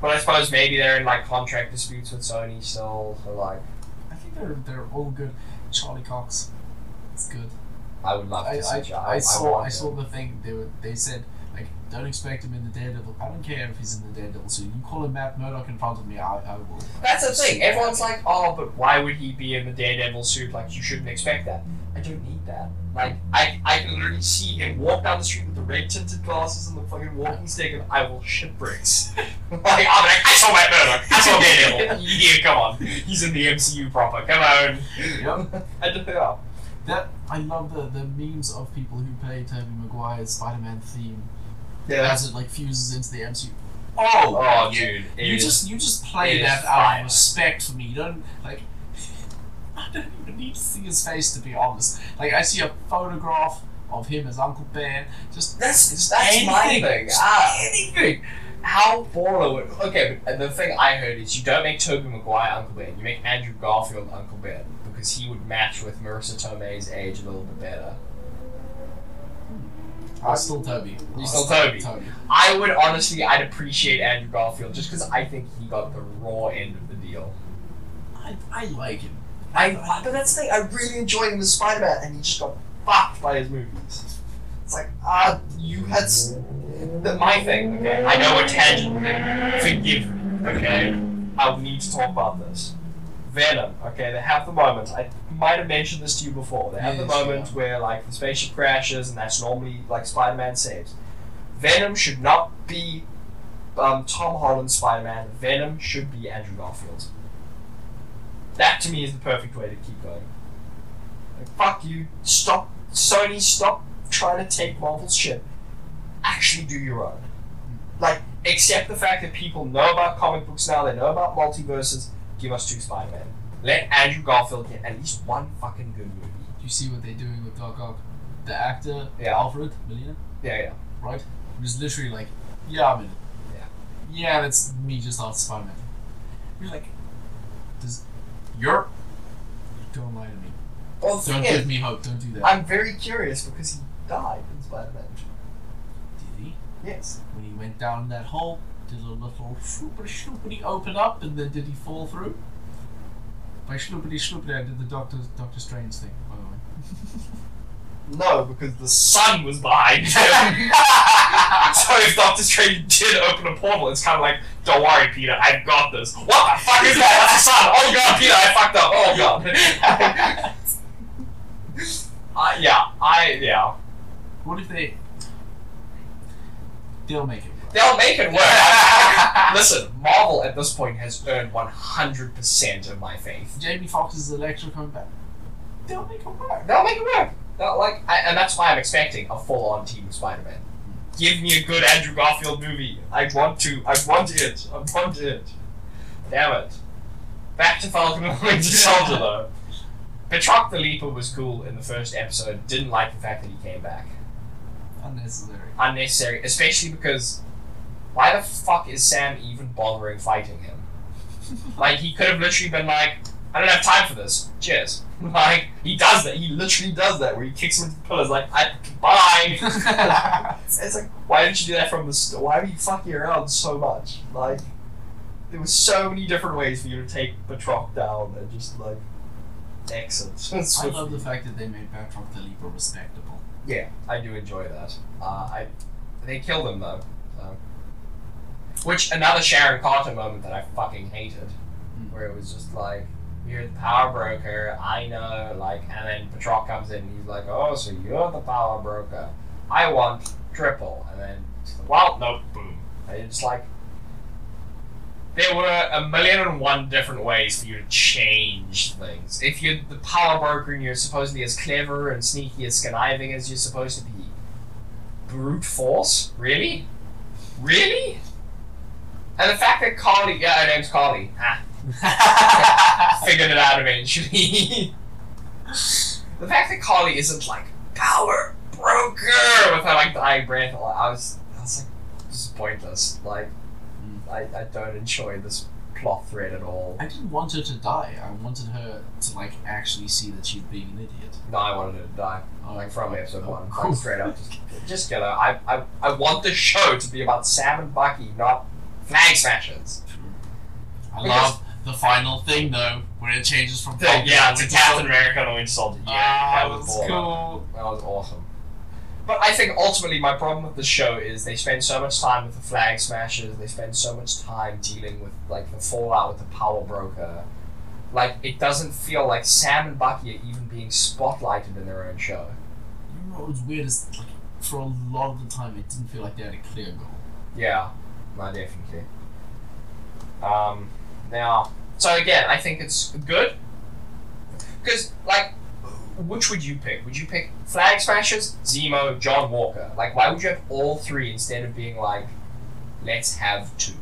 B: But I suppose maybe they're in, like, contract disputes with Sony still, so, like,
A: I think they're they're all good. Charlie Cox, it's good.
B: I would love to
A: I,
B: see
A: I,
B: Jar-
A: I saw
B: want
A: I
B: it.
A: saw the thing they were, they said like don't expect him in the Daredevil. I don't care if he's in the Daredevil suit. You call him Matt Murdock in front of me, I, I will.
B: That's the thing. Everyone's like, oh, but why would he be in the Daredevil suit? Like, you shouldn't expect that. I don't need that. Like, I, I can literally see him walk down the street with the red tinted glasses and the fucking walking stick, and I will shit bricks. like, I'm like, I saw Matt Murdock. I saw Daredevil. yeah, come on. He's in the MCU proper. Come on.
A: Yep.
B: I don't know.
A: That I love the, the memes of people who play Tobey Maguire's Spider-Man theme
B: Yeah.
A: as it like fuses into the MCU. yeah.
B: oh, dude. it
A: you
B: is-
A: just you just
B: it
A: play
B: is
A: that out
B: fire.
A: of respect for me. You don't like I don't even need to see his face to be honest. Like I see a photograph of him as Uncle Ben. Just
B: That's
A: just
B: that's
A: anything,
B: my thing.
A: just
B: Ah.
A: anything.
B: How baller would okay? But the thing I heard is you don't make Toby Maguire Uncle Ben. You make Andrew Garfield Uncle Ben because he would match with Marissa Tomei's age a little bit better.
A: I'm still Toby. I'm
B: still Toby.
A: Toby.
B: I would honestly, I'd appreciate Andrew Garfield just because I think he got the raw end of the deal.
A: I, I like him.
B: I, I- but that's the thing. I really enjoyed him as Spider Man, and he just got fucked by his movies. It's like ah, you had s- the, my thing. Okay, I know a tangent thing. Forgive me. Okay, I need to talk about this. Venom. Okay, they have the moment. I might have mentioned this to you before. They have the
A: Yes,
B: moment
A: yeah.
B: where like the spaceship crashes, and that's normally like Spider Man saves. Venom should not be um, Tom Holland Spider Man. Venom should be Andrew Garfield. That to me is the perfect way to keep going. Like, fuck you. Stop. Sony, stop trying to take Marvel's shit. Actually, do your own. Like, accept the fact that people know about comic books now, they know about multiverses. Give us two Spider Man. Let Andrew Garfield get at least one fucking good movie.
A: Do you see what they're doing with Doc Ock? The actor,
B: Yeah.
A: Alfred Molina,
B: Yeah, yeah.
A: right? He was literally like, yeah, I'm in it.
B: Yeah.
A: Yeah, that's me just after Spider Man. You're like, does. You're. Don't lie to me.
B: Well, the
A: Don't
B: thing
A: give
B: is,
A: me hope. Don't do that.
B: I'm very curious because he died in Spider Man.
A: Did he?
B: Yes.
A: When he went down that hole, did a little shloopity shloopity open up and then did he fall through? By shloopity shloopity, I did the Doctor, Doctor Strange thing, by the way.
B: No, because the sun was behind him. so if Doctor Strange did open a portal, it's kind of like, don't worry, Peter, I've got this. What the fuck is that? That's the sun. Oh god, Peter, I fucked up. Oh god. uh, yeah, I yeah.
A: What if they. They'll make it. Right?
B: They'll make it work. Listen, Marvel at this point has earned one hundred percent of my faith.
A: Jamie Foxx's Electro coming back. They'll make it work.
B: They'll make it work. They'll, like, I, and that's why I'm expecting a full-on team of Spider-Man. Give me a good Andrew Garfield movie. I want to. I want it. I want it. Damn it. Back to Falcon and the Winter Soldier though. Petrock the Leaper was cool in the first episode. Didn't like the fact that he came back.
A: Unnecessary.
B: Unnecessary, especially because why the fuck is Sam even bothering fighting him? Like he could have literally been like, I don't have time for this. Cheers. Like he does that. He literally does that where he kicks him into the pillars. Like I bye. it's like why didn't you do that from the st- Why were you fucking around so much? Like there was so many different ways for you to take Batroc down and just like exit.
A: I
B: swiftly.
A: love the fact that they made Batroc the Leaper respectable.
B: Yeah, I do enjoy that. Uh, I they killed him though, so. which another Sharon Carter moment that I fucking hated,
A: Mm.
B: where it was just like you're the power broker, I know, like, and then Patrol comes in and he's like, oh, so you're the power broker, I want triple, and then she's like, well, no, boom, and it's like. There were a million and one different ways for you to change things. If you're the power broker and you're supposedly as clever and sneaky and conniving as you're supposed to be, brute force? Really? Really? And the fact that Carly, yeah, her name's Carly,
A: Hmm.
B: ah, figured it out eventually. the fact that Carly isn't like power broker with her like dying breath, like, I was, I was like, this is pointless. Like,
A: Mm.
B: I, I don't enjoy this plot thread at all.
A: I didn't want her to die. I wanted her to like actually see that she's being an idiot.
B: No, I wanted her to die.
A: Oh,
B: like from episode
A: oh,
B: one,
A: cool.
B: like straight up. Just, just kill her. I, I, I want the show to be about Sam and Bucky, not flag smashers.
A: I
B: Because-
A: love the final thing though, when it changes from
B: The-
A: Falcon
B: yeah,
A: to
B: to
A: Winter
B: Captain
A: Soldier.
B: America and the Winter Soldier. Yeah, that
A: Ah,
B: was
A: that's
B: baller.
A: cool.
B: That was awesome. But I think ultimately my problem with the show is they spend so much time with the flag smashers. They spend so much time dealing with like the fallout with the power broker. Like it doesn't feel like Sam and Bucky are even being spotlighted in their own show.
A: You know what was weird is like, for a lot of the time it didn't feel like they had a clear goal.
B: Yeah, no, definitely. Um, now, so again, I think it's good because, like, which would you pick? Would you pick Flag Smashers, Zemo, John Walker? Like, why would you have all three instead of being like, let's have Hmm. two?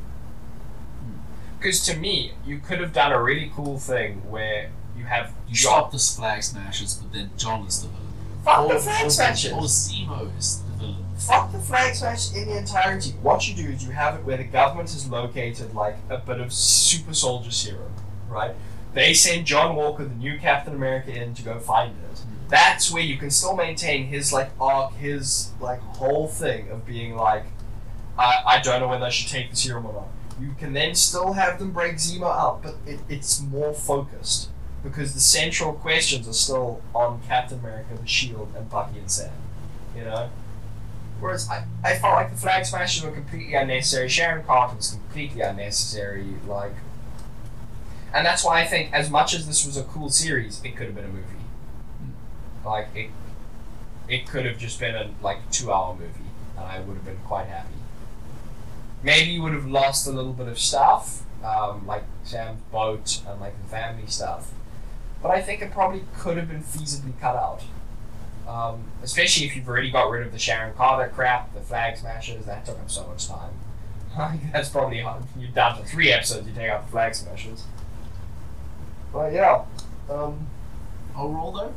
B: Because to me, you could have done a really cool thing where you you have
A: You
B: John.
A: stop the flag smashers, but then John is the villain.
B: Fuck
A: Or-
B: the flag smashers.
A: Or Zemo is the villain.
B: Fuck the flag smash in the entirety. What you do is you have it where the government has located like a bit of super soldier serum, right? They send John Walker, the new Captain America, in to go find it. That's where you can still maintain his like arc, his like whole thing of being like, I, I don't know whether I should take the serum or not. You can then still have them break Zemo out, but it, it's more focused because the central questions are still on Captain America, the Shield, and Bucky and Sam. You know. Whereas I, I felt like the flag smashers were completely unnecessary. Sharon Carter was completely unnecessary. Like, and that's why I think as much as this was a cool series, it could have been a movie. Like it, it could have just been a like two-hour movie, and I would have been quite happy. Maybe you would have lost a little bit of stuff, um, like Sam's boat and like the family stuff, but I think it probably could have been feasibly cut out um, especially if you've already got rid of the Sharon Carter crap, the flag smashers. That took up so much time. That's probably hard. You're down to three episodes. You take out the flag smashers. But yeah, um,
A: Overall, Oh,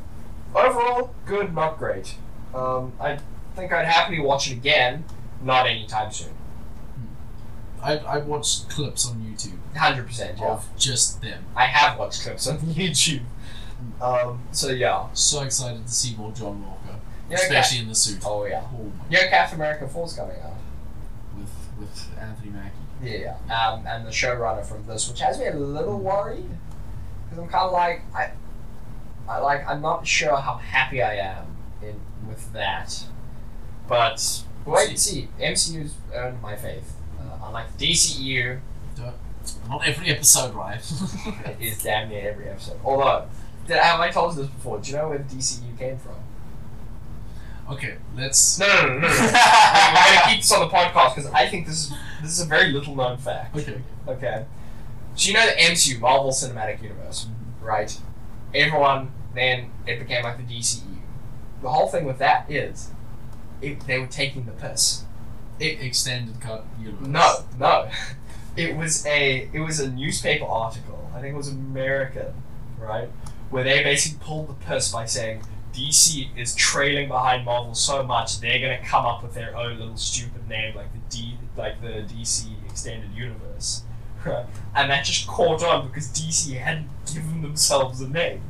A: though,
B: overall good, not great. Um, I think I'd happily watch it again. Not anytime soon.
A: I, I watched clips on YouTube
B: Hundred percent. Yeah,
A: of just them.
B: I have watched clips on YouTube. Um, so yeah,
A: So excited to see more John Walker,
B: yeah.
A: especially in the suit.
B: Cap- oh yeah,
A: Oh my
B: yeah. Captain America Four's coming out.
A: With with Anthony Mackie.
B: Yeah, um, and the showrunner from this, which has me a little worried because I'm kind of like I, I like I'm not sure how happy I am in with that, but wait and see. MCU's earned my faith. Uh, unlike the DCEU,
A: Not every episode, right?
B: it is damn near every episode. Although, did, have I told you this before? Do you know where the DCEU came from?
A: okay, let's.
B: No, no, no, no. no. We're gonna keep this on the podcast because I think this is this is a very little known fact.
A: Okay.
B: Okay. So you know the MCU, Marvel Cinematic Universe, right? Everyone, then it became like the DCEU. The whole thing with that is, it, they were taking the piss.
A: It extended cut universe.
B: No, no. It was a it was a newspaper article. I think it was American, right? Where they basically pulled the piss by saying DC is trailing behind Marvel so much they're gonna come up with their own little stupid name like the D like the DC Extended Universe, right? And that just caught on because DC hadn't given themselves a name.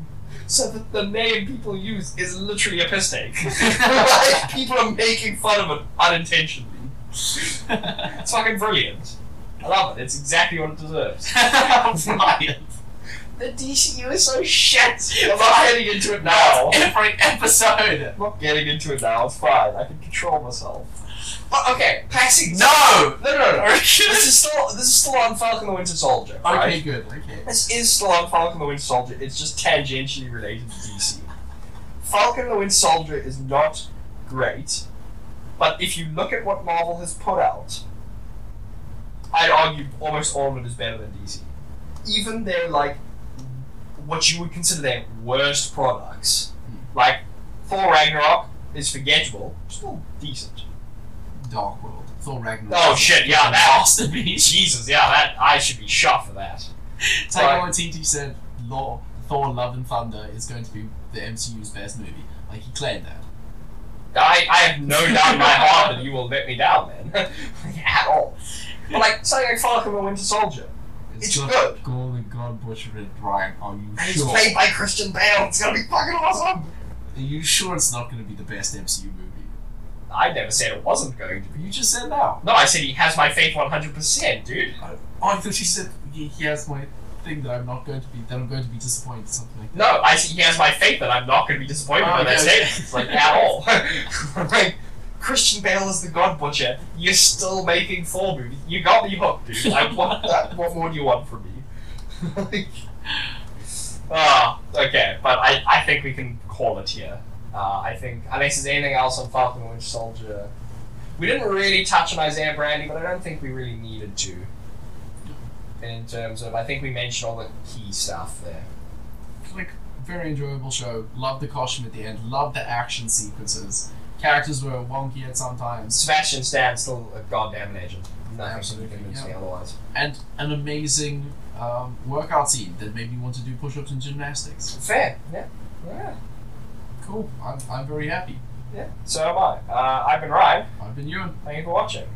B: So that the name people use is literally a piss take. like, people are making fun of it unintentionally. It's fucking brilliant. I love it. It's exactly what it deserves.
A: Right.
B: The DCU is so shit. I'm not getting into it now.
A: Every episode.
B: I'm not getting into it now. It's fine. I can control myself. But okay, passing.
A: No.
B: no, no, no. This
A: okay,
B: is still this is still on Falcon the Winter Soldier. Right?
A: good. Okay.
B: This is still on Falcon the Winter Soldier. It's just tangentially related to DC. Falcon the Winter Soldier is not great, but if you look at what Marvel has put out, I'd argue almost all of it is better than DC. Even their like what you would consider their worst products, like Thor Ragnarok, is forgettable, still decent.
A: Dark World. Thor Ragnarok.
B: Oh shit! Yeah, that
A: masterpiece.
B: Jesus, yeah, that I should be shot for that.
A: Taika Waititi said Law, Thor: Love and Thunder is going to be the MCU's best movie. Like he claimed that.
B: I, I have no doubt in my heart that you will let me down, man. At all. But like something like Falcon and the Winter Soldier. It's
A: got
B: good.
A: Golden God Butcher and Brian. Are you
B: And it's
A: sure?
B: played by Christian Bale. It's gonna be fucking awesome.
A: Are you sure it's not going to be the best MCU movie?
B: I never said it wasn't going to be.
A: You just said now.
B: No, I said he has my faith one hundred percent, dude.
A: Oh, I thought you said he he has my thing that I'm not going to be that I'm going to be disappointed. Something like
B: No, I said he has my faith that I'm not gonna be disappointed
A: Oh,
B: by that
A: okay.
B: statement. It's like at all. like Christian Bale is the God Butcher. You're still making Thor movies. You got me hooked, dude. I want that. What more do you want from me? like, ah, okay. But I, I think we can call it here. Uh, I think unless there's anything else on Falcon and Winter Soldier, we didn't really touch on Isaiah Brandy, but I don't think we really needed to. In terms of, I think we mentioned all the key stuff there.
A: that. Like very enjoyable show. Loved the costume at the end. Loved the action sequences. Characters were wonky at sometimes.
B: Sebastian Stan's still a goddamn legend. Nothing can
A: Absolutely,
B: convince
A: yeah.
B: me otherwise.
A: and an amazing um, workout scene that made me want to do push-ups and gymnastics.
B: Fair. Yeah. Yeah.
A: Cool. I'm, I'm very happy.
B: Yeah. So am I. Uh, I've been Ryan.
A: I've been Ewan.
B: Thank you for watching.